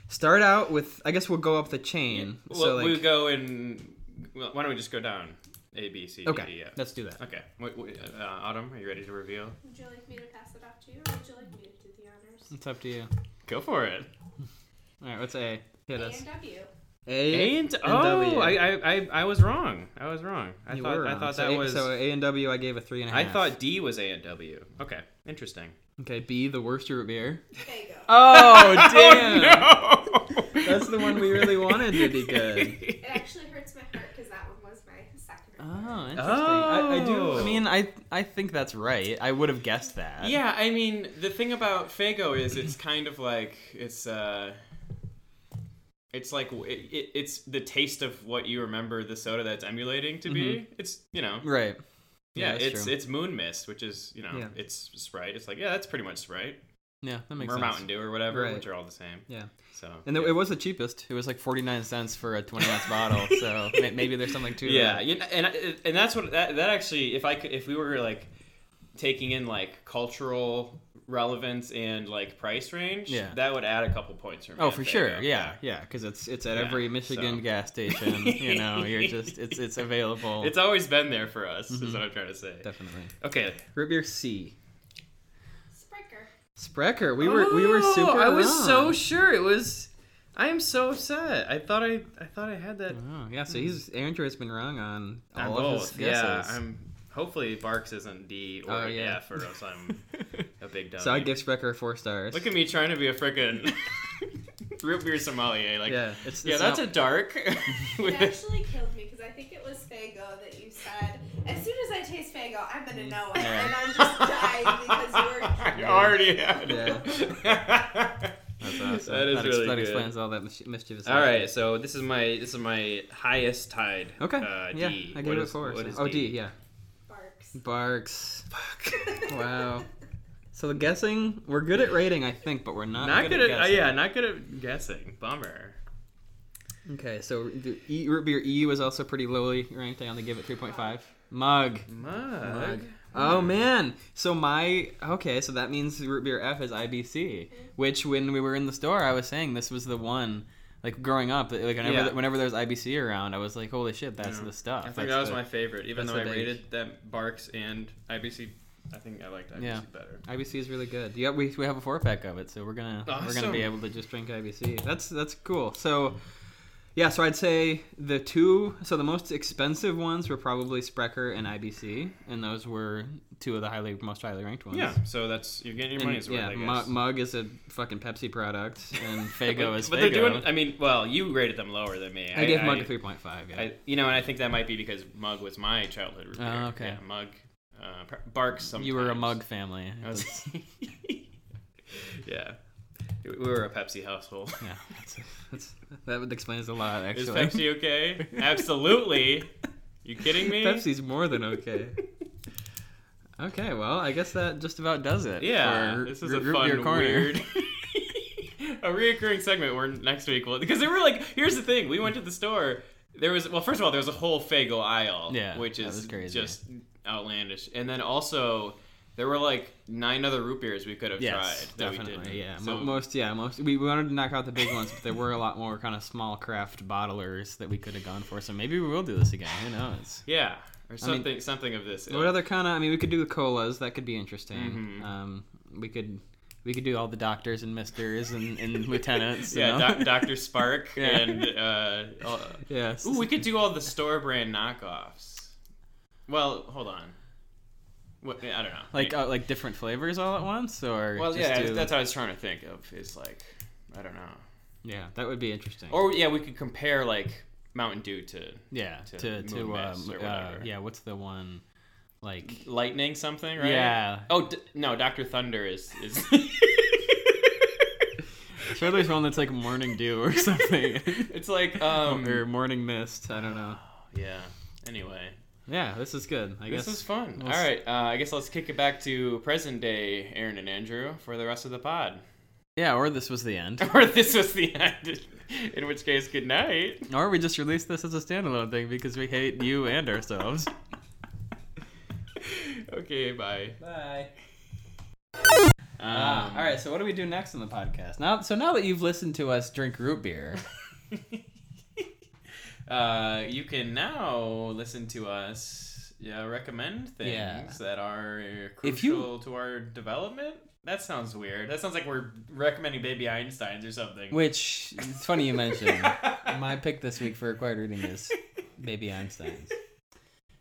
B: start out with I guess we'll go up the chain.
A: Well,
B: So like
A: we go in. Well, why don't we just go down? A B C D
B: okay,
A: E, F.
B: let's do that.
A: Okay. Wait, wait, uh, Autumn, are you ready to reveal?
C: Would
A: Mm,
C: you like me to pass it off to you, or would you like me to do the honors?
B: It's up to you.
A: Go for it.
B: All right, what's A? Hit
C: A
B: us.
C: and W.
A: A and
B: W.
A: oh, I, I I I was wrong. I was wrong. I
B: You
A: thought
B: were
A: I
B: wrong.
A: thought
B: So
A: that
B: A-
A: was.
B: so A and W. I gave a three and a
A: I
B: half.
A: thought D was A and W. Okay, interesting.
B: Okay, B, the worst root beer.
C: There you
A: Uh,
C: go.
B: Oh
A: no!
B: That's the one we really wanted to be good.
C: It actually hurts my heart because that one was my second.
A: Ah.
B: Oh, interesting. I, I do. I mean, I I think that's right. I would have guessed that.
A: Yeah, I mean, the thing about Fago is it's kind of like it's uh it's like it, it, it's the taste of what you remember the soda that's emulating to be. It's, you know,
B: Right.
A: yeah,
B: Mm-hmm. that's
A: it's
B: true.
A: it's Moon Mist, which is, you know,
B: Yeah.
A: it's Sprite. It's like, yeah, that's pretty much Sprite.
B: yeah, that
A: Or
B: makes sense.
A: Mountain Dew or whatever,
B: Right.
A: which are all the same.
B: Yeah,
A: So
B: and
A: yeah.
B: it was the cheapest. It was like forty nine cents for a twenty ounce bottle. So may- maybe there's something to
A: yeah,
B: that.
A: you know, and I- and that's what that, that actually if I could, if we were like taking in like cultural relevance and like price range,
B: Yeah.
A: that would add a couple points for me.
B: Oh,
A: I
B: for
A: think,
B: sure. Yeah, yeah, because it's it's at
A: Yeah,
B: every Michigan
A: so.
B: gas station. You know, you're just it's it's available.
A: It's always been there for us,
B: Mhm.
A: is what I'm trying to say.
B: definitely
A: Okay,
B: root beer C.
C: Spricker.
B: Sprecher. We were we were super.
A: Oh, I was so
B: wrong.
A: sure it was. I am so upset. I thought I I thought I had that.
B: Oh, yeah, so he's Andrew has been wrong on
A: on
B: all of his
A: both.
B: guesses.
A: Yeah, I'm. Hopefully, Barks isn't D or
B: Oh, yeah.
A: F, or else I'm a big dummy.
B: so I give Sprecher four stars.
A: Look at me trying to be a frickin' root beer sommelier. Like, yeah,
B: yeah, it's,
A: yeah
B: it's
A: that's
B: not-
A: a dark.
C: It
A: with a-
C: actually killed me because I think it was Fago that you said. As soon as I taste Fago, I'm
A: Mm.
C: gonna know it,
B: Yeah.
C: and I'm just dying because you were.
A: I already had it.
B: That's awesome.
A: That is
B: that, ex-
A: really
B: that
A: good.
B: explains all that mis- mischievous.
A: All right,
B: actions.
A: so this is my this is my highest tide.
B: Okay.
A: Uh,
B: yeah,
A: D.
B: I
A: What
B: gave it
A: is-
B: four.
A: what
B: so-
A: is
B: oh, D. Yeah.
C: Barks.
B: Barks.
A: Fuck.
B: Wow. So the guessing, we're good at rating, I think, but we're not,
A: Not
B: good
A: good at uh,
B: guessing.
A: yeah, not good at guessing. Bummer.
B: Okay, so the e, root beer E was also pretty lowly ranked. I only give it three point five. Mug.
A: Mug.
B: Mug. Oh man! So my okay, so that means root beer F is IBC, which when we were in the store, I was saying this was the one. Like growing up, like whenever
A: Yeah.
B: whenever there was IBC around, I was like, holy shit, that's
A: Yeah.
B: the stuff.
A: I think
B: That's
A: that was
B: the-
A: my favorite, even
B: that's
A: though I
B: the big-
A: rated that Barks and IBC. I think I liked IBC
B: Yeah.
A: better.
B: IBC is really good. Yeah, we, we have a four pack of it, so we're gonna we're gonna
A: Awesome.
B: be able to just drink IBC. That's that's cool. So, yeah, so I'd say the two. So the most expensive ones were probably Sprecher and IBC, and those were two of the highly most highly ranked ones.
A: Yeah, so that's you're getting your
B: And,
A: money's worth.
B: yeah,
A: I
B: Mu-
A: guess.
B: Mug is a fucking Pepsi product, and Fago
A: but,
B: is
A: but
B: Fago.
A: they're doing. I mean, well, you rated them lower than me.
B: I, gave Mug a three point five. Yeah.
A: I, you know, and I think that might be because Mug was my childhood root beer.
B: Oh, okay.
A: Yeah, Mug uh, pr- barks sometimes.
B: you were a Mug family.
A: I was- yeah, we were a Pepsi household.
B: yeah, that's, that's, that would explains a lot
A: Is
B: actually.
A: Pepsi okay? Absolutely. You kidding me?
B: Pepsi's more than okay. okay, well, I guess that just about does it.
A: Yeah,
B: for
A: this is
B: Gr-
A: a
B: Group
A: fun,
B: Beer Corner.
A: weird, a reoccurring segment. Where next week, we'll, because they were like, here's the thing: we went to the store. There was well, first of all, there was a whole Fagel aisle,
B: Yeah,
A: which
B: that
A: is
B: was crazy.
A: just outlandish. And then also, there were like nine other root beers we could have
B: Yes,
A: tried. that we
B: definitely.
A: didn't.
B: Yeah,
A: So-
B: Mo- most. Yeah, most. We we wanted to knock out the big ones, but there were a lot more kind of small craft bottlers that we could have gone for. So maybe we will do this again. Who knows?
A: yeah, or something, something of this.
B: What other kind of? I mean, we could do the colas. That could be interesting.
A: Mhm.
B: Um, we could we could do all the doctors and misters and, and lieutenants. you
A: Yeah,
B: know?
A: doc, Doctor Spark
B: Yeah.
A: and uh, all-
B: yes.
A: ooh, we could do all the store brand knockoffs. Well, hold on. What, I don't know.
B: like uh, like different flavors all at once, or
A: Well,
B: just
A: yeah,
B: do-
A: that's what I was trying to think of. Is like, I don't know.
B: yeah, that would be interesting.
A: Or yeah, we could compare like Mountain Dew to
B: Yeah,
A: to
B: to to,
A: Moon
B: uh,
A: Mist or
B: uh,
A: whatever.
B: yeah, what's the one like?
A: Lightning something, right?
B: Yeah.
A: Oh d- no, Doctor Thunder is is.
B: Sure, there's one that's like morning dew or something,
A: it's like um.
B: or morning mist. I don't know.
A: Yeah. Anyway,
B: Yeah, this is good. I
A: this
B: guess.
A: is fun.
B: we'll
A: All
B: s-
A: right, uh, I guess let's kick it back to present day Aaron and Andrew for the rest of the pod.
B: yeah, or this was the end,
A: or this was the end. In which case, good night.
B: or we just released this as a standalone thing because we hate you and ourselves.
A: okay, bye.
B: Bye.
A: Um,
B: Ah,
D: Ah,
B: all right. So what do we do next in the podcast? Now, so now that you've listened to us drink root beer,
A: Um, uh, you can now listen to us yeah, recommend things
D: Yeah.
A: that are crucial
D: If you-
A: to our development. That sounds weird. That sounds like we're recommending Baby Einsteins or something.
D: Which it's funny you mentioned. My pick this week for required reading is Baby Einstein's.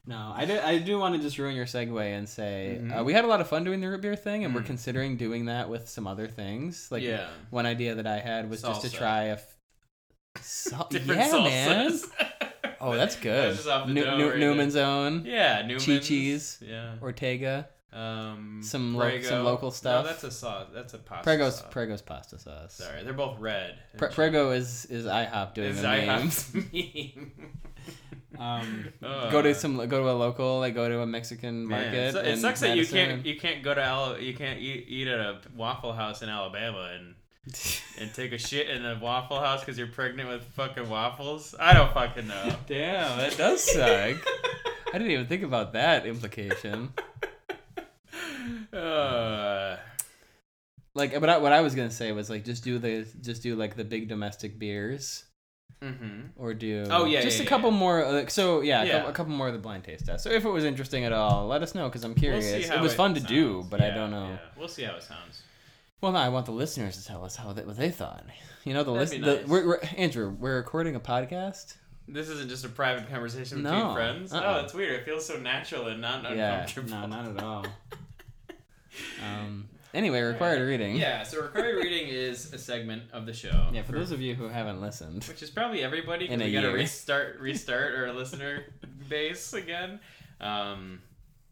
D: No, I do, I do want to just ruin your segue and say
A: Mhm.
D: uh, we had a lot of fun doing the root beer thing, and we're
A: Mm.
D: considering doing that with some other things. Like
A: yeah,
D: one idea that I had was just
A: Salsa.
D: to try a f- Sal-
A: different
D: yeah, man.
A: salsas.
D: Oh, that's
A: That
D: good.
A: was just off the
D: Nu-
A: dome
D: Nu-
A: right
D: Newman's Own,
A: Yeah, Newman's.
D: Chi-Chi's.
A: Yeah.
D: Ortega,
A: Um,
D: Some lo-
A: Prego.
D: some local stuff.
A: No, that's a sauce. That's a pasta.
D: Prego's
A: sauce.
D: Prego's pasta sauce.
A: Sorry, they're both red. and
D: Pre-
A: shit.
D: Prego is is IHOP doing
A: This is
D: the name.
A: IHOP's meme.
B: Um,
A: Uh,
D: go to some go to a local, like go to a Mexican
A: man,
D: market.
A: it su- it
D: in
A: sucks that you
D: Madison
A: can't you can't go to Al- you can't eat, eat at a Waffle House in Alabama and and take a shit in a Waffle House because you're pregnant with fucking waffles. I don't fucking know.
D: Damn, that does suck. I didn't even think about that implication.
A: Uh,
D: Like, but I, what I was gonna say was like, just do the, just do like the big domestic beers,
A: mm-hmm.
D: or do
A: Oh, yeah,
D: just
A: yeah,
D: a
A: yeah,
D: couple more. Like, so yeah, A,
A: Yeah.
D: couple, a couple more of the blind taste test. So if it was interesting at all, let us know because I'm
A: We'll
D: curious.
A: see how
D: it was fun to do,
A: sounds.
D: but I
A: Yeah,
D: don't know.
A: yeah. We'll see how it sounds.
D: Well, no, I want the listeners to tell us how they, what they thought. You know, the
A: That'd
D: list.
A: be nice.
D: The, we're, we're, Andrew, we're recording a podcast.
A: This isn't just a private conversation between
D: No,
A: friends.
D: uh-uh.
A: Oh, it's weird. It feels so natural and not
D: yeah,
A: uncomfortable.
D: no, not at all. um. Anyway, required reading.
A: Yeah, so required reading is a segment of the show.
D: Yeah, for those of you who haven't listened,
A: which is probably everybody
D: In
A: because
D: a
A: we got to
D: year.
A: restart restart our listener base again. Um,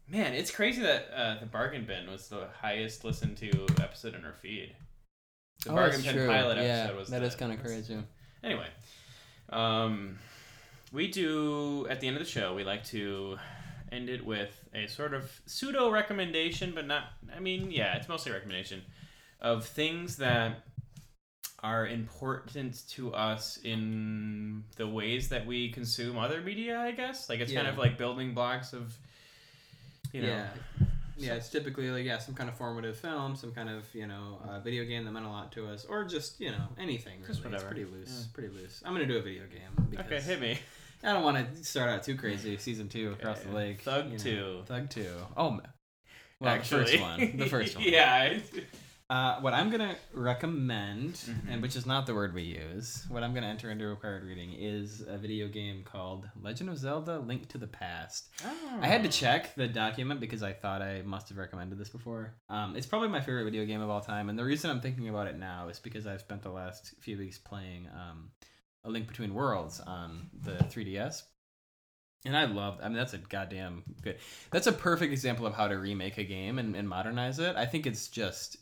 A: man, it's crazy that uh, the Bargain Bin was the highest listened to episode in our feed. The
D: Oh,
A: Bargain
D: that's
A: Bin
D: true.
A: pilot
D: yeah,
A: episode was
D: that
A: the-
D: is kind of crazy.
A: Anyway, um, we do at the end of the show we like to end it with a sort of pseudo recommendation, but not. I mean, yeah, it's mostly a recommendation of things that are important to us in the ways that we consume other media. I guess like it's kind
B: Yeah.
A: of like building blocks of. You know,
B: yeah. Yeah, it's typically like yeah, some kind of formative film, some kind of you know uh, video game that meant a lot to us, or just you know anything. Really.
A: Just whatever.
B: It's pretty loose.
A: Yeah.
B: Pretty loose. I'm gonna do a video game. Because
A: Okay, hit me.
B: I don't want to start out too crazy. Season two across the lake.
A: Thug
B: you know.
A: Two.
D: Thug two. Oh, ma- well,
A: actually.
D: the first one. The first one.
A: yeah. I-
B: Uh, what I'm gonna recommend,
A: Mhm.
B: and which is not the word we use, what I'm gonna enter into required reading is a video game called Legend of Zelda: Link to the Past. I had to check the document because I thought I must have recommended this before. Um, it's probably my favorite video game of all time, and the reason I'm thinking about it now is because I've spent the last few weeks playing um, A Link Between Worlds on the 3DS. And I love. I mean, that's a goddamn good. That's a perfect example of how to remake a game and, and modernize it. I think it's just,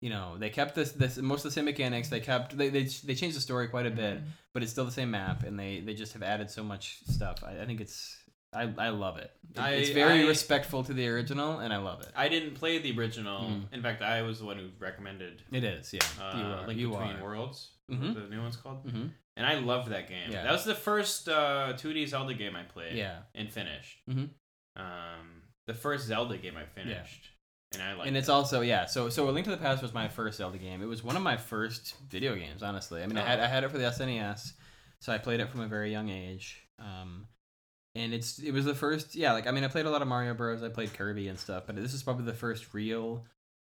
B: you know, they kept this this most of the same mechanics. They kept they they, they changed the story quite a bit,
A: Mm-hmm.
B: but it's still the same map, and they they just have added so much stuff. I, I think it's I I love it. It-
A: I-
B: it's very
A: I-
B: respectful to the original, and I love it.
A: I didn't play the original.
B: Mm.
A: In fact, I was the one who recommended
B: It is, yeah. you
A: uh,
B: are.
A: Link
B: you
A: Between
B: are.
A: Worlds,
B: Mhm.
A: what the new one's called.
B: hmm
A: And I loved that game.
B: Yeah.
A: That was the first uh, 2D Zelda game I played
B: Yeah,
A: and finished.
B: Mhm.
A: Um, the first Zelda game I finished, and I liked.
B: and it's
A: it.
B: also yeah. So so a Link to the Past was my first Zelda game. It was one of my first video games, honestly. I mean, I
A: Oh.
B: had I had it for the SNES, so I played it from a very young age. Um, and it's it was the first yeah. Like I mean, I played a lot of Mario Bros. I played Kirby and stuff, but this is probably the first real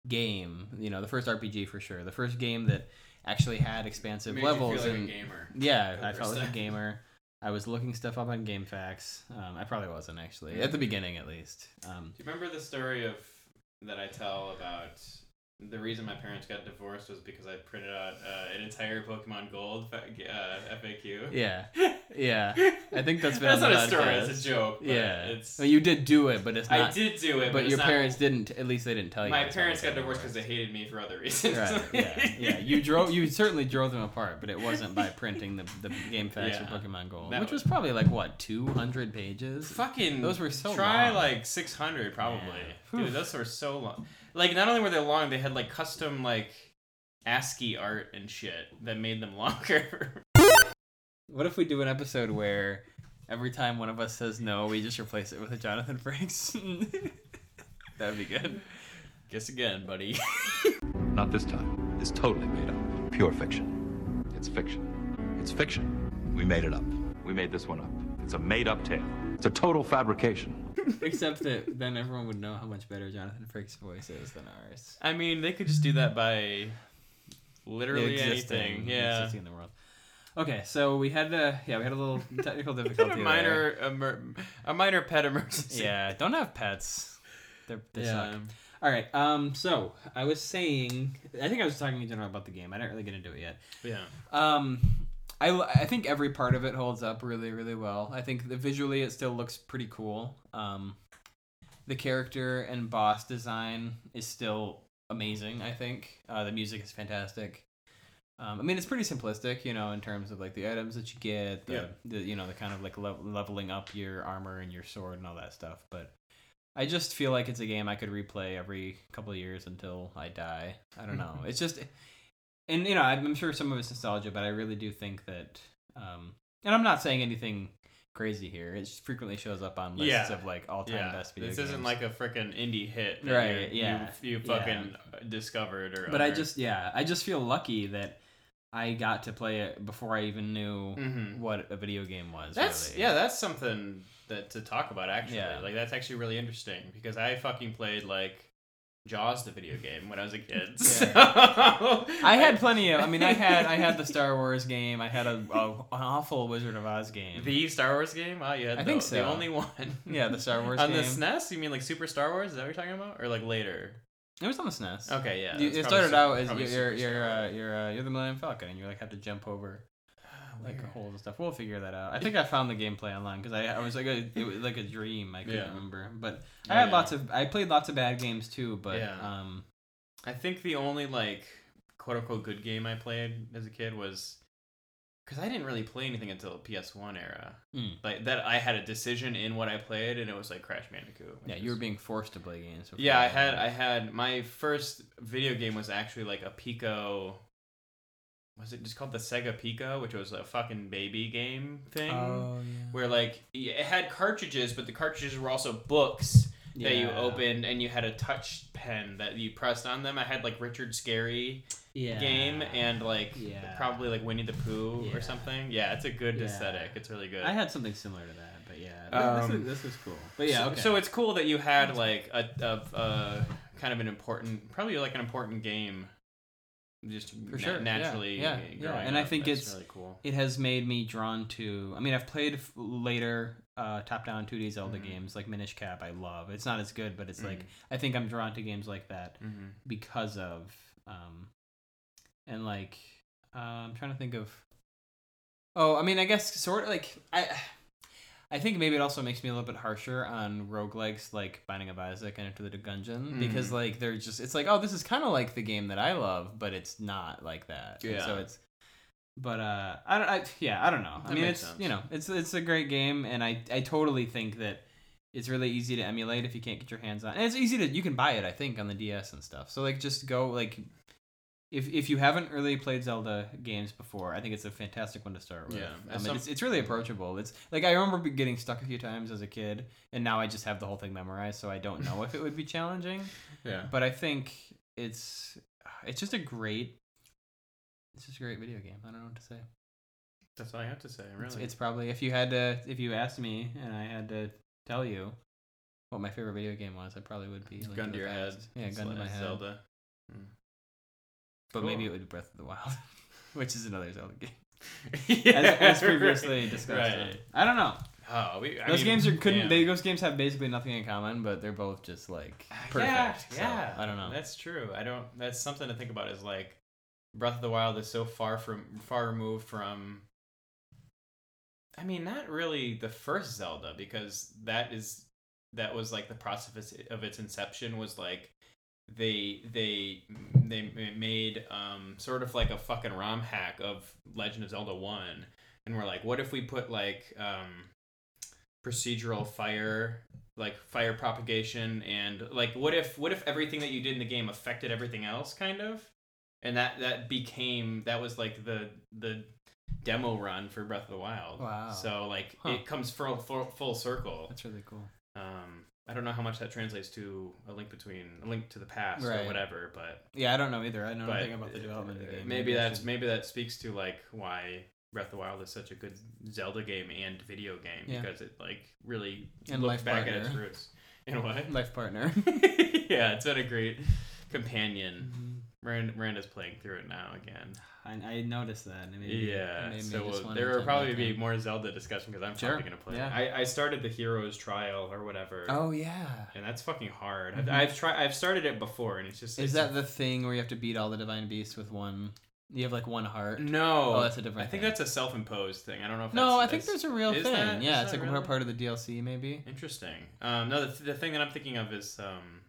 B: game. You know, the first RPG for sure. The first game that actually had
A: It
B: expansive
A: made
B: levels
A: you feel like
B: and
A: a gamer.
B: Yeah,
A: for the
B: I felt
A: first
B: like a
A: time.
B: gamer. I was looking stuff up on GameFAQs. Um, I probably wasn't actually at the beginning, at least. Um,
A: Do you remember the story of that I tell about the reason my parents got divorced was because I printed out uh, an entire Pokemon Gold fa- uh, FAQ.
B: yeah, yeah. I think that's been
A: That's not
B: on the
A: a story.
B: podcast.
A: It's a joke. but
B: yeah,
A: it's.
B: well, you did do it, but it's not.
A: I did do it,
B: but,
A: but, it's
B: your
A: not-
B: parents didn't. At least they didn't tell you.
A: My
B: that's how
A: parents
B: they
A: got divorced because they hated me for other reasons.
B: Right. Yeah, yeah. You drove. You certainly drove them apart, but it wasn't by printing the the game facts
A: Yeah.
B: for Pokemon Gold,
A: That
B: which
A: was-
B: was probably like what two hundred pages.
A: Fucking
B: Those were so
A: try
B: long.
A: like six hundred probably.
B: Yeah. Whew.
A: Dude, those were so long. Like not only were they long, they had like custom like ASCII art and shit that made them longer.
B: What if we do an episode where every time one of us says no, we just replace it with a Jonathan Franks? that would be good.
A: Guess again, buddy.
E: Not this time. It's totally made up. Pure fiction. It's fiction. It's fiction. We made it up. We made this one up. It's a made up tale. It's a total fabrication.
B: Except that then everyone would know how much better Jonathan Frick's voice is than ours.
A: I mean, they could just do that by literally
B: Existing-
A: anything. Yeah.
B: existing in the world. Okay, so we had a yeah we had a little technical
A: Had
B: difficulty.
A: a
B: there.
A: minor emer- a minor pet emergency.
B: Yeah, don't have pets. They're, they
A: Yeah.
B: suck. All right. Um. So I was saying, I think I was talking in general about the game. I didn't really get into it yet.
A: Yeah.
B: Um, I, I think every part of it holds up really, really well. I think the visually it still looks pretty cool. Um, the character and boss design is still amazing. I think uh, the music is fantastic. Um, I mean, it's pretty simplistic, you know, in terms of like the items that you get, the,
A: Yeah.
B: the you know, the kind of like lev- leveling up your armor and your sword and all that stuff. But I just feel like it's a game I could replay every couple of years until I die. I don't know. it's just and you know i'm sure some of it's nostalgia but i really do think that um and i'm not saying anything crazy here it just frequently shows up on lists
A: Yeah.
B: of like all-time
A: Yeah.
B: best video
A: This
B: games.
A: isn't like a freaking indie hit. that
B: Right,
A: you-
B: yeah.
A: You, you
B: Yeah.
A: fucking discovered or.
B: but i just yeah i just feel lucky that i got to play it before i even knew
A: hmm
B: what a video game was
A: That's
B: really.
A: yeah, that's something that to talk about actually.
B: Yeah.
A: Like that's actually really interesting because I fucking played like Jaws the video game when I was a kid.
B: I had plenty of. I mean, I had I had the Star Wars game. I had a, a an awful Wizard of Oz game.
A: the Star Wars game. Oh, you had
B: I
A: the,
B: think
A: the
B: so.
A: only one.
B: yeah, the Star Wars
A: On
B: game.
A: the SNES, you mean like Super Star Wars? Is that what you're talking about, or like later?
B: it was on the SNES.
A: Okay, yeah.
B: You-
A: that's
B: it
A: probably
B: started
A: Su-
B: out as
A: probably
B: you're you're
A: Super
B: you're,
A: Star
B: uh,
A: Wars.
B: you're, uh, you're the Millennium Falcon, and you like have to jump over like
A: Weird.
B: holes and stuff. We'll figure that out. I think I found the gameplay online because I, I was like a, it was like a dream. I couldn't
A: Yeah.
B: remember, but
A: Oh,
B: I had
A: yeah.
B: lots of I played lots of bad games too. But
A: Yeah.
B: um,
A: I think the only like quote unquote good game I played as a kid was because I didn't really play anything until PS1 era.
B: Mm.
A: Like that, I had a decision in what I played, and it was like Crash Bandicoot. which
B: yeah, you were
A: is-
B: being forced to play games. before
A: Yeah, I
B: that.
A: had I had my first video game was actually like a Pico. Was it just called the Sega Pico, which was a fucking baby game thing?
B: Oh yeah.
A: Where like y- it had cartridges, but the cartridges were also books that you
B: Yeah.
A: opened, and you had a touch pen that you pressed on them. I had like Richard Scary
B: yeah.
A: game and like
B: Yeah.
A: probably like Winnie the Pooh
B: Yeah.
A: or something. Yeah, it's a good
B: Yeah.
A: aesthetic. It's really good.
B: I had something similar to that, but yeah,
A: Um,
B: this, is, this is cool. But yeah,
A: So-
B: okay.
A: So it's cool that you had like a, a, a kind of an important, probably like an important game, just
B: For
A: na-
B: sure, yeah,
A: naturally.
B: yeah,
A: growing
B: yeah, and I
A: up.
B: think
A: That's
B: it's-
A: really cool.
B: it has made me drawn to. I mean, I've played f- later uh, top-down 2D Zelda
A: Mhm.
B: games like Minish Cap. I love. It's not as good, but it's like
A: Mhm.
B: I think I'm drawn to games like that
A: hmm
B: because of um, and like uh, I'm trying to think of. Oh, I mean, I guess sort of like I. I think maybe it also makes me a little bit harsher on roguelikes like Binding of Isaac and Enter the Gungeon because
A: Mhm.
B: like they're just it's like oh this is kind of like the game that I love but it's not like that And so
A: Yeah.
B: it's but uh I don't I, yeah I don't know I
A: That
B: mean it's
A: makes sense.
B: you know it's it's a great game and I I totally think that it's really easy to emulate if you can't get your hands on and it's easy to you can buy it I think on the DS and stuff so like just go like if if you haven't really played Zelda games before, I think it's a fantastic one to start with.
A: Yeah,
B: Um,
A: as some-
B: it's, it's really approachable. It's like I remember be- getting stuck a few times as a kid, and now I just have the whole thing memorized, so I don't know if it would be challenging.
A: Yeah.
B: But I think it's it's just a great it's just a great video game. I don't know what to say.
A: That's all I have to say. Really.
B: It's, it's probably if you had to if you asked me and I had to tell you what my favorite video game was, I probably would be Link
A: gun to
B: the
A: your head.
B: Past. Yeah, gun to my
A: slash
B: head.
A: Zelda.
B: But
A: Cool.
B: maybe it would be Breath of the Wild, which is another Zelda game.
A: yeah,
B: as, as previously
A: right.
B: discussed.
A: Right.
B: I don't know.
A: Oh, we, I
B: Those
A: mean,
B: games are couldn't.
A: yeah.
B: They, those games have basically nothing in common, but they're both just like perfect.
A: Uh, Ah, Yeah,
B: so,
A: yeah.
B: I don't know.
A: That's true. I don't. That's something to think about. Is like Breath of the Wild is so far from far removed from. I mean, not really the first Zelda because that is that was like the process of its, of its inception was like they they they made um sort of like a fucking ROM hack of Legend of Zelda One, and we're like, what if we put like um procedural fire like fire propagation and like what if what if everything that you did in the game affected everything else kind of and that that became that was like the the demo run for breath of the wild
B: Wow.
A: so like
B: Huh.
A: it comes full, full full circle
B: That's really cool.
A: um i don't know how much that translates to a link between a link to the past
B: Right.
A: or whatever but
B: Yeah, I don't know either. I know
A: but uh,
B: nothing about the development of the game.
A: maybe
B: I
A: that's
B: should-
A: maybe that speaks to like why Breath of the Wild is such a good Zelda game and video game
D: Yeah.
A: because it like really
D: And life
A: looks back at its
D: partner.
A: roots. And what?
D: Life partner.
A: yeah, it's been a great companion. Miranda, Miranda's playing through it now again.
B: I, I noticed that. and it made me-
A: Yeah,
D: Made me
A: so
D: just
A: we'll-
D: wanna
A: there will
D: jump
A: probably
D: back
A: be
D: in.
A: more Zelda discussion because I'm
D: Sure,
A: probably gonna play.
D: yeah.
A: it. I, I started the Heroes Trial or whatever.
D: oh yeah.
A: And that's fucking hard.
D: Mhm.
A: I've, I've tried. I've started it before, and it's just.
D: Is
A: it's-
D: that the thing where you have to beat all the divine beasts with one? You have like one heart.
A: No,
D: Oh, that's a different
A: I think
D: thing.
A: that's a self-imposed thing. I don't know if.
D: No, I
A: that's,
D: think
A: that's
D: there's a real
A: is
D: thing.
A: that- is
D: yeah, it's
A: that
D: like
A: really?
D: part of the DLC maybe.
A: interesting. Um, no, the, the thing that I'm thinking of is um,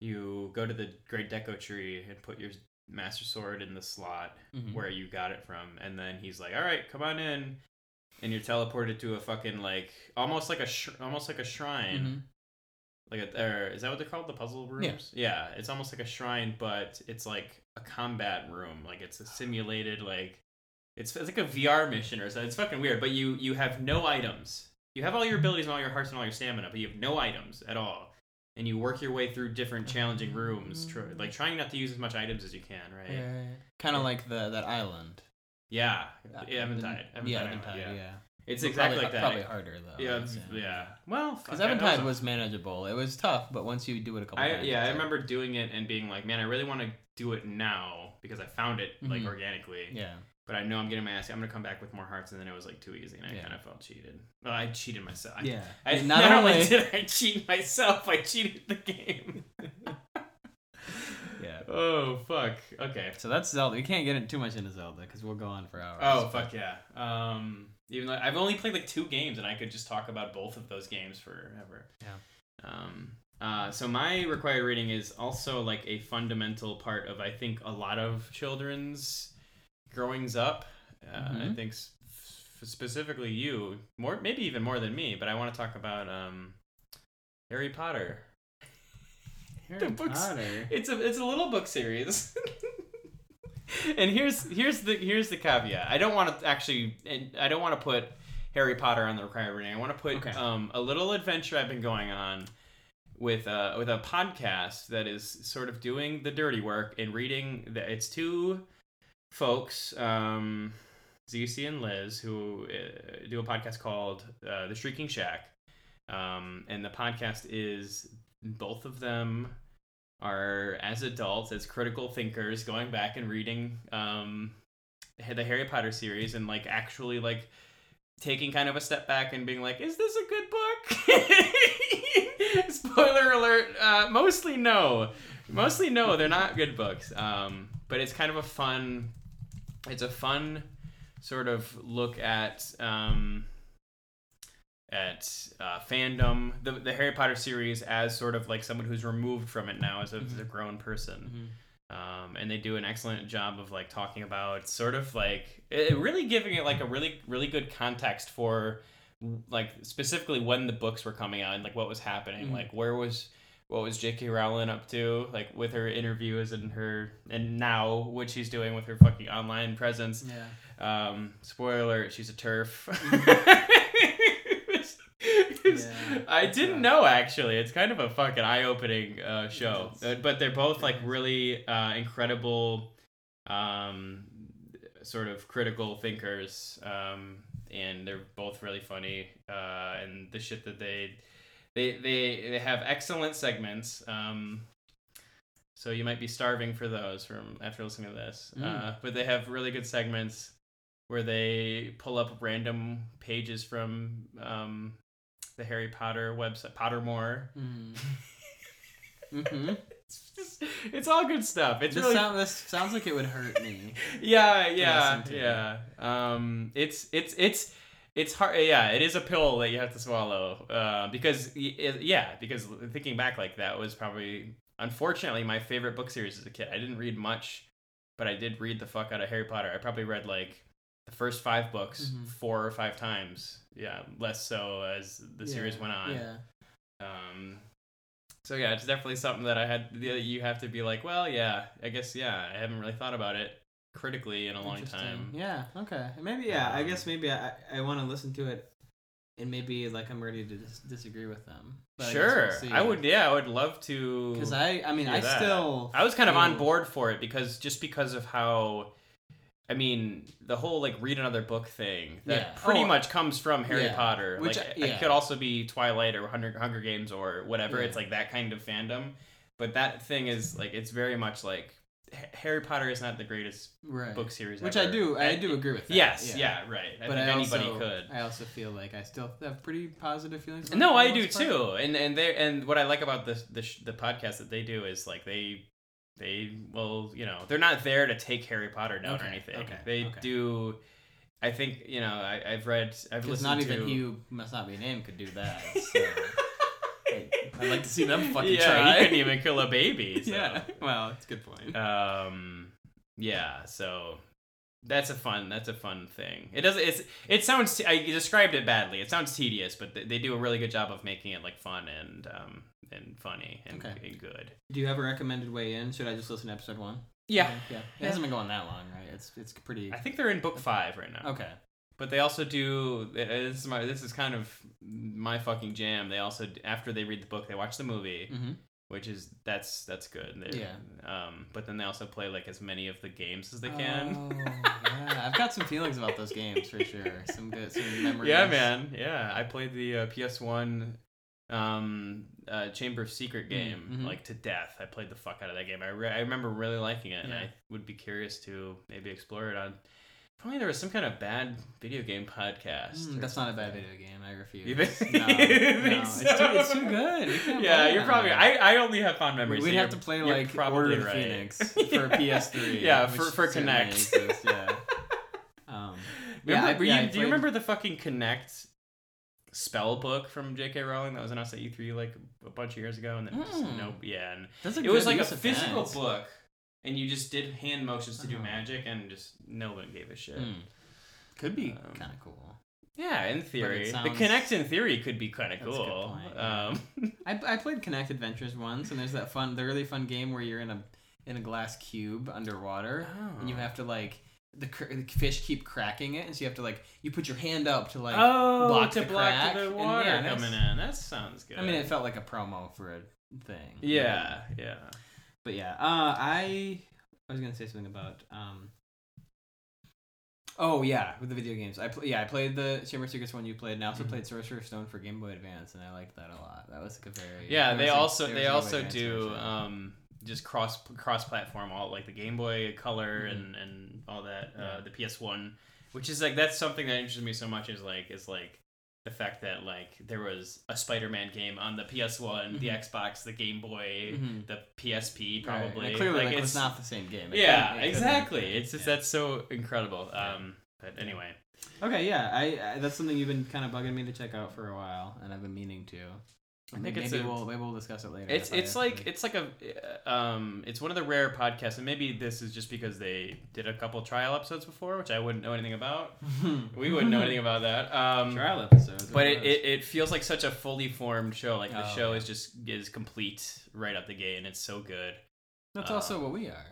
A: you go to the Great Deco Tree and put your Master Sword in the slot
B: Mm-hmm.
D: Mhm.
A: where you got it from, and then he's like, "All right, come on in," and you're teleported to a fucking like almost like a sh- almost like a shrine.
B: Mm-hmm.
D: Mhm.
A: like a, or is that what they're called the puzzle
D: Yeah.
A: rooms yeah. it's almost like a shrine but it's like a combat room like it's a simulated like it's, it's like a vr mission or something it's fucking weird but you you have no items you have all your abilities and all your hearts and all your stamina but you have no items at all and you work your way through different challenging rooms tr-
D: Mm.
A: like trying not to use as much items as you can right yeah,
D: Kind of like the that island.
A: yeah eventide
D: Yeah,
A: eventide, island,
D: Eventide,
A: yeah.
D: yeah.
A: it's
D: But
A: exactly
D: probably,
A: like that
D: Probably harder though.
A: yeah yeah well
D: Because
A: fuck, I- that
D: Eventide
A: a-
D: was manageable. It was tough, but once you do it a couple
A: I
D: times,
A: yeah, I
D: it's like-
A: remember doing it and being like, man, I really want to do it now because I found it like
D: Mhm.
A: organically.
D: Yeah.
A: But I know I'm getting my ass. I'm gonna come back with more hearts, and then it was like too easy, and I
D: Yeah.
A: kind of felt cheated. Well, I cheated myself. I-
B: Yeah.
A: I,
D: Yeah,
A: not,
D: not
A: only
D: only-
A: did I cheat myself, I cheated the game.
D: Yeah.
A: oh fuck. Okay.
D: So that's Zelda. We can't get in too much into Zelda because we'll go on for hours.
A: Oh fuck yeah. Um, even though I've only played like two games, and I could just talk about both of those games forever.
D: Yeah.
A: Um. Uh, so my required reading is also like a fundamental part of I think a lot of children's growings up. Uh, I
D: Mhm.
A: think s- f- specifically you more maybe even more than me, but I want to talk about um, Harry Potter.
B: Harry
A: books-
B: Potter.
A: It's a it's a little book series. and here's here's the here's the caveat. I don't want to actually and I don't want to put Harry Potter on the required reading. I want to put
B: Okay.
A: um, a little adventure I've been going on with uh, with a podcast that is sort of doing the dirty work and reading. The, it's two folks, um, ZC and Liz, who uh, do a podcast called uh, The Shrieking Shack, um, and the podcast is both of them are as adults as critical thinkers going back and reading um, the Harry Potter series and like actually like taking kind of a step back and being like, is this a good book? Spoiler alert, uh, mostly no. Mostly no, they're not good books. Um, but it's kind of a fun, it's a fun sort of look at. Um, at uh, fandom, the, the Harry Potter series, as sort of like someone who's removed from it now as a, as a grown person
B: Mm-hmm.
D: Mm-hmm.
A: um, and they do an excellent job of like talking about sort of like it, really giving it like a really really good context for like specifically when the books were coming out and like what was happening
D: Mhm.
A: like where was what was J.K. Rowling up to like with her interviews and her and now what she's doing with her fucking online presence
D: Yeah.
A: um, spoiler alert, she's a turf.
B: Yeah,
A: I didn't
B: rough.
A: know actually. It's kind of a fucking eye opening uh, show.
B: That's-
A: Uh, but they're both like really uh, incredible, um, sort of critical thinkers. Um, and they're both really funny. Uh, and the shit that they. They, they, they have excellent segments. Um, so you might be starving for those from after listening to this.
D: Mm.
A: Uh, but they have really good segments where they pull up random pages from um, the Harry Potter website, Pottermore.
B: Mm.
D: Mm-hmm.
A: It's, just, it's all good stuff. It's
D: This,
A: really
D: sound, this sounds like it would hurt me.
A: yeah, yeah,
D: listen to.
A: yeah. Um, it's it's it's it's hard. Yeah, it is a pill that you have to swallow. Uh, because y- it- yeah, because thinking back like that was probably unfortunately my favorite book series as a kid. I didn't read much, but I did read the fuck out of Harry Potter. I probably read like the first five books
D: Mhm.
A: four or five times. Yeah, less so as the series
D: Yeah,
A: went on.
D: Yeah.
A: Um, so yeah, it's definitely something that I had. that You have to be like, well, yeah, I guess yeah. I haven't really thought about it critically in a long
D: Interesting.
A: time. Um,
D: Yeah. Okay.
B: Maybe yeah. I guess maybe I I want to listen to it, and maybe like I'm ready to dis- disagree with them. But I guess
A: sure,
B: we'll see.
A: I would. Yeah, I would love to.
D: Because I, I mean,
A: hear
D: I
A: that.
D: still.
A: I was kind of on
D: feel-
A: board for it because just because of how I mean, the whole like read another book thing that
C: Yeah.
A: pretty
C: Oh.
A: much comes from Harry
C: Yeah.
A: Potter.
C: Which,
A: like,
C: yeah.
A: it could also be Twilight or Hunger, Hunger Games or whatever.
C: Yeah.
A: It's like that kind of fandom. But that thing is like it's very much like H- Harry Potter is not the greatest
C: right.
A: book series,
C: Which I
A: ever.
C: do, I do agree with that.
A: Yes, yeah, right. I
C: but
A: think
C: I
A: anybody
C: also,
A: could.
C: I also feel like I still have pretty positive feelings. about it
A: No,
C: for
A: I
C: the
A: do
C: most part.
A: too. And and they and what I like about this the sh- the podcast that they do is like they they well you know they're not there to take Harry Potter down or
C: Okay,
A: anything.
C: okay,
A: they
C: okay.
A: do. I think you know I, I've read I've
B: Because
A: listened
B: not
A: to
B: even Hugh must not be named could do that. So. Like, I'd like to see them fucking
A: yeah
B: try.
A: he couldn't even kill a baby. So.
C: Yeah. Well, it's a good point.
A: Um. Yeah. So. That's a fun. That's a fun thing. It does. It's. It sounds. Te- I described it badly. It sounds tedious, but th- they do a really good job of making it like fun and um and funny and,
C: Okay.
A: and good.
C: Do you have a recommended way in? Should I just listen to episode one?
A: Yeah.
C: Yeah.
B: It hasn't been going that long, right? It's it's pretty.
A: I think they're in book five right now.
B: Okay.
A: But they also do. uh, This is my. This is kind of my fucking jam. They also after they read the book, they watch the movie,
B: Mm-hmm.
A: which is that's that's good. They,
B: Yeah.
A: Um. But then they also play like as many of the games as they can.
B: Oh, yeah. I've got some feelings about those games for sure. Some good, some memories.
A: yeah, man. Yeah, I played the uh, PS One, um, uh, Chamber of Secret game
B: mhm.
A: like to death. I played the fuck out of that game. I re- I remember really liking it, and
B: Yeah.
A: I would be curious to maybe explore it on. If only there was some kind of bad video game podcast.
B: Mm,
A: or
B: that's not a bad
A: something.
B: video game. I refuse.
A: You think-
B: No,
A: you think
B: no, It's, too, it's too
A: so?
B: good. We can't
A: Yeah,
B: play
A: you're
B: it.
A: probably. I, I only have fond memories.
B: We'd
A: so
B: have to
A: you're-
B: play
A: you're
B: like
A: probably
B: Order of the
A: right.
B: Phoenix for
A: Yeah.
B: PS3.
A: Yeah,
B: which
A: for- for
B: certainly
A: Kinect.
B: exists, yeah. Um,
A: Remember,
B: yeah, I-
A: were
B: yeah,
A: you,
B: I
A: do you
B: played-
A: remember the fucking Connect spell book from J.K. Rowling that was announced at E3 E like a bunch of years ago, and then it just
B: Mm.
A: nope. Yeah, and
B: that's a
A: it was
B: good
A: like a
B: use of
A: physical
B: that.
A: book, and you just did hand motions to do
B: Oh.
A: magic, and just no one gave a shit.
B: Mm. Could be
A: Um,
B: kind of cool.
A: Yeah, in theory, the
B: sounds-
A: Connect in theory could be kind of
B: That's a good
A: cool.
B: point, yeah.
A: Um,
B: I, I played Connect Adventures once, and there's that fun, the really fun game where you're in a in a glass cube underwater, and you
A: Oh.
B: have to like the, cr- the fish keep cracking it, and so you have to like you put your hand up to like.
A: oh,
B: block
A: to
B: the
A: block
B: crack,
A: the
B: and
A: water
B: yeah, that's-
A: coming in. That sounds good.
B: I mean, it felt like a promo for a thing.
A: yeah, yeah.
B: but yeah.
C: Uh, I I was gonna say something about um.
B: Oh yeah, with the video games, I pl- yeah I played the Chamber of Secrets one you played, and I also
A: Mm-hmm.
B: played Sorcerer's Stone for Game Boy Advance, and I liked that a lot. That was like a very
A: yeah
B: there
A: they
B: was a-
A: also
B: there
A: they
B: was a Game
A: also
B: Boy Advance
A: do
B: version.
A: um just cross cross platform all like the game boy color and and all that uh
B: Mm-hmm. Yeah.
A: the ps1 which is like that's something that interests me so much is like is like the fact that like there was a spider-man game on the ps1 the xbox the game boy
B: Mhm.
A: the psp
B: Mm-hmm. Right, and
A: probably
B: clearly
A: like,
B: like,
A: it's
B: it's not the same game. It
A: yeah
B: couldn't- it couldn't-
A: exactly it's just
B: yeah.
A: that's so incredible um but anyway
C: Okay, yeah, I, I that's something you've been kind of bugging me to check out for a while.
B: and I've been meaning to.
A: I think
B: maybe
A: it's a-
B: we'll maybe we'll discuss it later.
A: It's
B: if I
A: it's like
B: actually-
A: it's like a um it's one of the rare podcasts, and maybe this is just because they did a couple trial episodes before, which I wouldn't know anything about. we wouldn't know anything about that. Um,
C: Trial episodes,
A: but it, it, it feels like such a fully formed show. Like the
B: Oh,
A: show
B: yeah.
A: is just is complete right out the gate, and it's so good.
B: that's
A: uh,
B: also what we are.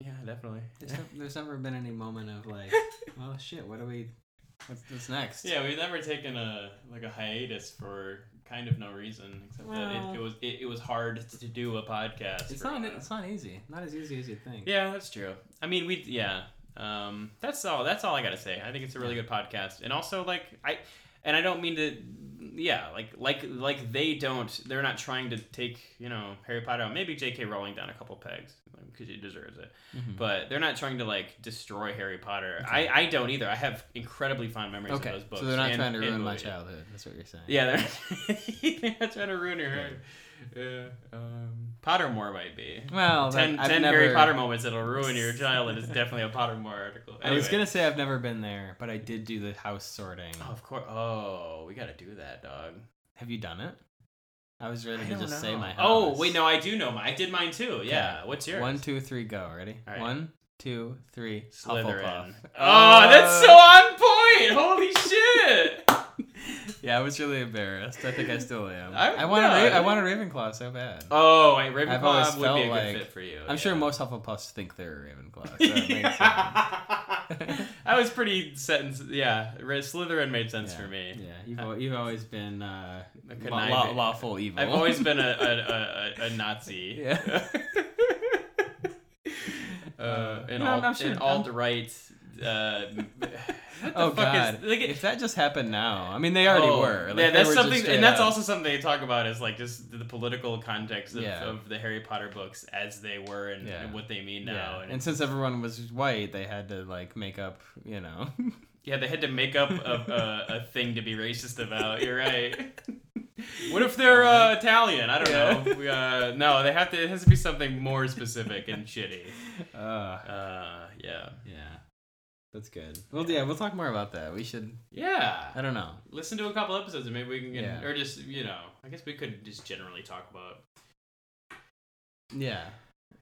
A: Yeah, definitely.
C: There's, nev- there's never been any moment of like, well, shit, what do we?
B: What's, what's next?
A: Yeah, we've never taken a like a hiatus for kind of no reason, except that
C: Well-
A: it, it was it, it was hard to do a podcast.
B: it's
A: for
B: not
A: a while.
B: it's not easy.
C: Not as easy as you think.
A: Yeah, that's true. I mean, we yeah. Um, that's all. That's all I gotta say. I think it's a really good podcast, and also like I, and I don't mean to. Yeah, like like like they don't. They're not trying to take you know Harry Potter. out. Maybe J.K. Rowling down a couple pegs because she deserves it.
B: Mm-hmm.
A: But they're not trying to like destroy Harry Potter. I I don't either. I have incredibly fond memories
B: Okay,
A: of those books.
B: so they're not
A: and-
B: trying to
A: and
B: ruin my
A: movies.
B: childhood. That's what you're saying.
A: Yeah, they're, they're not trying to ruin her. Yeah, um, Pottermore might be.
B: Well, that-
A: Ten,
B: I've
A: ten
B: never,
A: Harry Potter moments that'll ruin your childhood is definitely a Pottermore article.
B: I was
A: Anyway.
B: gonna say I've never been there, but I did do the house sorting.
A: Oh, of course. Oh, we gotta do that, dog.
B: Have you done it? I was ready
A: I
B: to
A: don't
B: just say
A: know.
B: my house.
A: Oh wait, no, I do know mine. I did mine too. Yeah. What's yours?
B: One, two, three, go. Ready?
A: All right.
B: One, two, three.
A: Slytherin.
B: Hufflepuff.
A: Oh,
B: Uh,
A: that's so on point. Holy shit.
B: Yeah, I was really embarrassed. I think I still am.
A: I-
B: I, want
A: no,
B: to. Ra-
A: I-
B: I want a Ravenclaw so bad.
A: Oh, wait,
B: I've always
A: Ravenclaw would
B: felt
A: be a good
B: like-
A: fit for you.
B: I'm sure
A: yeah.
B: most Hufflepuffs think they're a Ravenclaw. So that makes sense.
A: I was pretty sentence. Yeah, Ra- Slytherin made sense
B: Yeah.
A: for me.
B: Yeah, you've, al- you've always been uh,
A: A
B: law- law-
A: conniving-
B: lawful evil.
A: I've always been a a, a, a, a Nazi.
B: Yeah.
A: Uh, uh, an
B: No,
A: alt,
B: I'm sure-
A: an alt right. Uh, what the
B: oh
A: fuck
B: god!
A: Is, like,
B: if that just happened now, I mean, they already
A: oh,
B: were. Like,
A: yeah,
B: they
A: that's
B: were just uh,
A: something,
B: straight
A: and that's
B: up.
A: also something they talk about is like just the political context of,
B: Yeah.
A: of the Harry Potter books as they were and,
B: Yeah.
A: and what they mean now.
B: Yeah.
A: And,
B: And since everyone was white, they had to like make up, you know.
A: yeah, they had to make up a, a, a thing to be racist about. You're right. What if they're uh, Italian? I don't know. We, Uh, no, they have to. It has to be something more specific and shitty.
B: uh,
A: Uh, yeah.
B: yeah, that's good. Well, yeah, we'll talk more about that. We should.
A: Yeah.
B: I don't know.
A: listen to a couple episodes and maybe we can get
B: Yeah.
A: or just you know i guess we could just generally talk about
B: Yeah.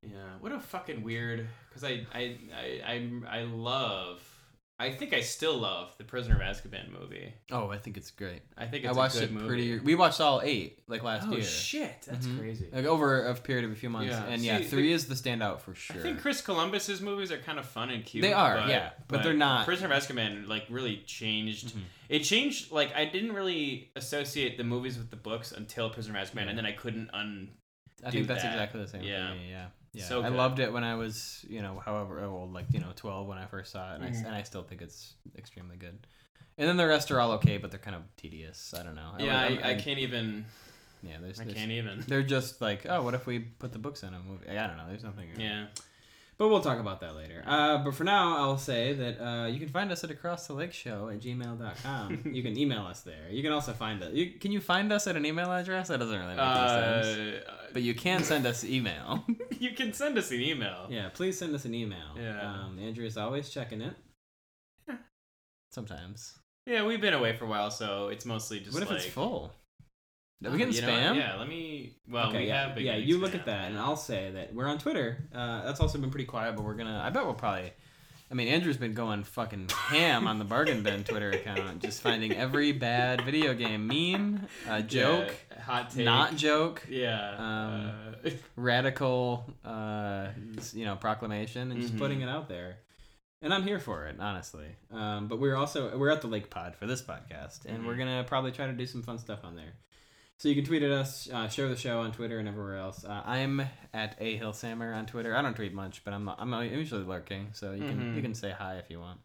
A: yeah what a fucking weird because I, I i i i love i think i still love the prisoner of azkaban movie
B: Oh, I think it's great.
A: i think
B: I
A: it's
B: watched
A: a good
B: it
A: movie
B: pretty. We watched all eight like last
A: oh
B: year.
A: shit that's
B: Mhm.
A: crazy
B: Like over a period of a few months,
A: Yeah.
B: and yeah,
A: See,
B: three is the standout for sure.
A: I think Chris Columbus's movies are kind of fun and cute.
B: They are, yeah, but they're not-
A: Prisoner of Azkaban like really changed.
B: Mhm.
A: It changed like I didn't really associate the movies with the books until Prisoner of Azkaban, and then I couldn't un
B: I think
A: do
B: that's
A: that.
B: exactly the same.
A: Yeah.
B: For me. Yeah. Yeah.
A: So
B: I
A: good.
B: loved it when I was, you know, however old, like you know, twelve when I first saw it, and, I s
A: Mhm.
B: and I still think it's extremely good. And then the rest are all okay, but they're kind of tedious. I don't know.
A: Yeah,
B: like- I'm-
A: I, I
B: I'm-
A: can't even.
B: Yeah, there's,
A: I
B: there's-
A: can't even.
B: They're just like, oh, what if we put the books in a movie? I don't know. There's nothing.
A: Yeah.
F: But we'll talk about that later. Uh, but for now, I'll say that uh, you can find us at across the lake show at gmail.com. you can email us there. You can also find us. You,
B: Can you find us at an email address? That doesn't really make any sense.
A: Uh,
B: But you can send us email.
A: you can send us an email.
F: yeah, please send us an email.
A: Yeah.
F: Um, Andrea's always checking it.
B: Sometimes.
A: Yeah, we've been away for a while, so it's mostly just
B: what if
A: like.
B: it's full? Are
F: Uh,
A: Oh,
B: we getting
A: you know what?
B: spam?
A: Yeah, let me. Well,
F: okay,
A: Uh, we
F: yeah,
A: have been.
F: yeah.
A: getting
F: You look
A: spam.
F: at that, and I'll say that we're on Twitter. Uh, that's also been pretty quiet, but
B: We're
F: we're
B: gonna. I bet we'll probably. I mean, Andrew's been going fucking ham on the Bargain Bin Twitter account, just finding every bad video game meme, uh, joke,
A: Yeah, hot take.
B: not joke,
A: Yeah.
B: Um,
A: uh,
B: radical, uh, s- you know, proclamation, and just
A: Mhm.
B: putting
F: putting
B: it.
F: it out there.
B: And I'm here for it, honestly.
F: Um, but we're also we're at the lake pod.
B: Pod for this podcast, and
A: Mhm.
B: we're
F: We're
B: gonna.
F: gonna probably try to do some fun stuff on there. So you can tweet at us, uh, share the show on Twitter and everywhere else.
B: Uh, I'm at a hill sammer on Twitter. I don't tweet much, but I'm I'm usually lurking, so you can
A: Mhm.
F: Mm-hmm.
B: you can say hi if you want.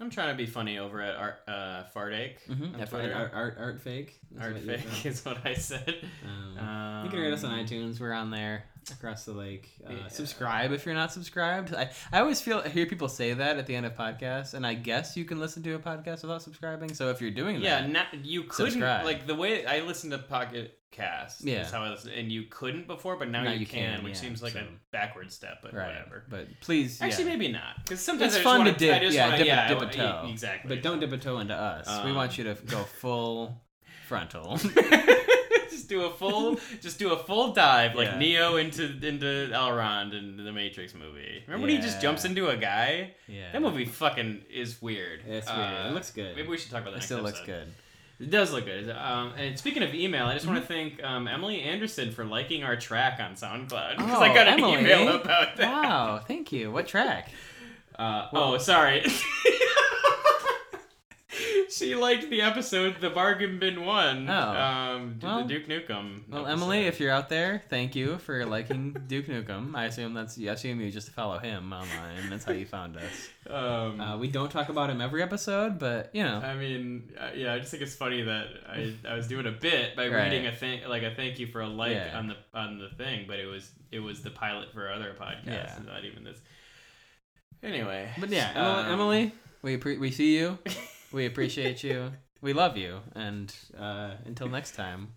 A: I'm trying to be funny over at Art, uh, Fartake. on
B: Mhm, at
F: Art,
A: Twitter.
F: Mm-hmm. art, art, art fake. That's
A: Art
F: what you-
A: fake is what I said.
F: Um,
B: Uh, Mm-hmm.
A: Um,
F: you can rate us on
A: iTunes.
F: iTunes. We're on there across the lake. Uh,
A: Yeah.
B: subscribe if you're not subscribed. I, I always feel I hear people say that at the end of podcasts, and I guess you can listen to a podcast without subscribing. So if you're doing
A: Yeah,
B: that,
A: not, you couldn't
B: Subscribe.
A: like the way I listened to Pocket Cast.
B: Yeah.
A: is how I listened, and you couldn't before, but now,
B: Now
A: you,
B: you
A: can,
B: can,
A: which
B: yeah,
A: seems like a
B: so-
A: backward step, but
B: right,
A: whatever.
B: but please,
A: Actually,
B: yeah.
A: maybe not, because sometimes
B: It's
A: I just
B: fun
A: wanna,
B: to dip-
A: I just
B: yeah,
A: wanna,
B: dip-
A: yeah, I
B: dip a
A: wanna-
B: toe.
A: e- exactly.
B: but don't dip a toe into us. we
A: Um,
B: want you to go full frontal.
A: just do a full, just do a full dive like
B: Yeah.
A: Neo into into Elrond and the Matrix movie. Remember when he just
B: Yeah.
A: jumps into a guy?
B: yeah,
A: That movie fucking is weird.
F: It's weird.
A: Uh,
F: it looks good.
A: Maybe we should talk about that.
B: It
A: next
B: still looks
A: episode.
B: good. Mm-hmm.
A: It does look good. Um, and speaking of email, I just want to thank um, Emily Anderson for liking our track on SoundCloud because I
B: Oh,
A: got an
B: Emily.
A: email about that.
B: Wow, thank you. What track?
A: Uh, oh, sorry. she liked the episode "The Bargain Bin Won."
B: Oh.
A: um, d-
B: Well-
A: the Duke Nukem.
B: Well,
A: episode.
B: Emily, if you're out there, thank you for liking Duke Nukem. I assume that's I assume you just follow him online. That's how you found us.
A: um,
B: Uh, we don't talk about him every episode, but you know,
A: I mean, uh, yeah, I just think it's funny that I, I was doing a bit by
B: Right.
A: reading a thing like a thank you for a like
B: Yeah.
A: on the on the thing, but it was it was the pilot for other podcasts,
B: Yeah.
A: and not even this. Anyway,
B: But yeah, Emily,
A: um,
B: Emily we appre- we see you, we appreciate you, we love you, and
F: Uh,
B: until next time,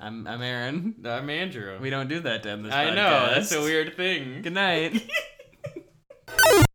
B: I'm I'm Aaron.
A: I'm Andrew.
B: We don't do that to end this.
A: I know that's
B: podcast.
A: a weird thing.
B: Good night.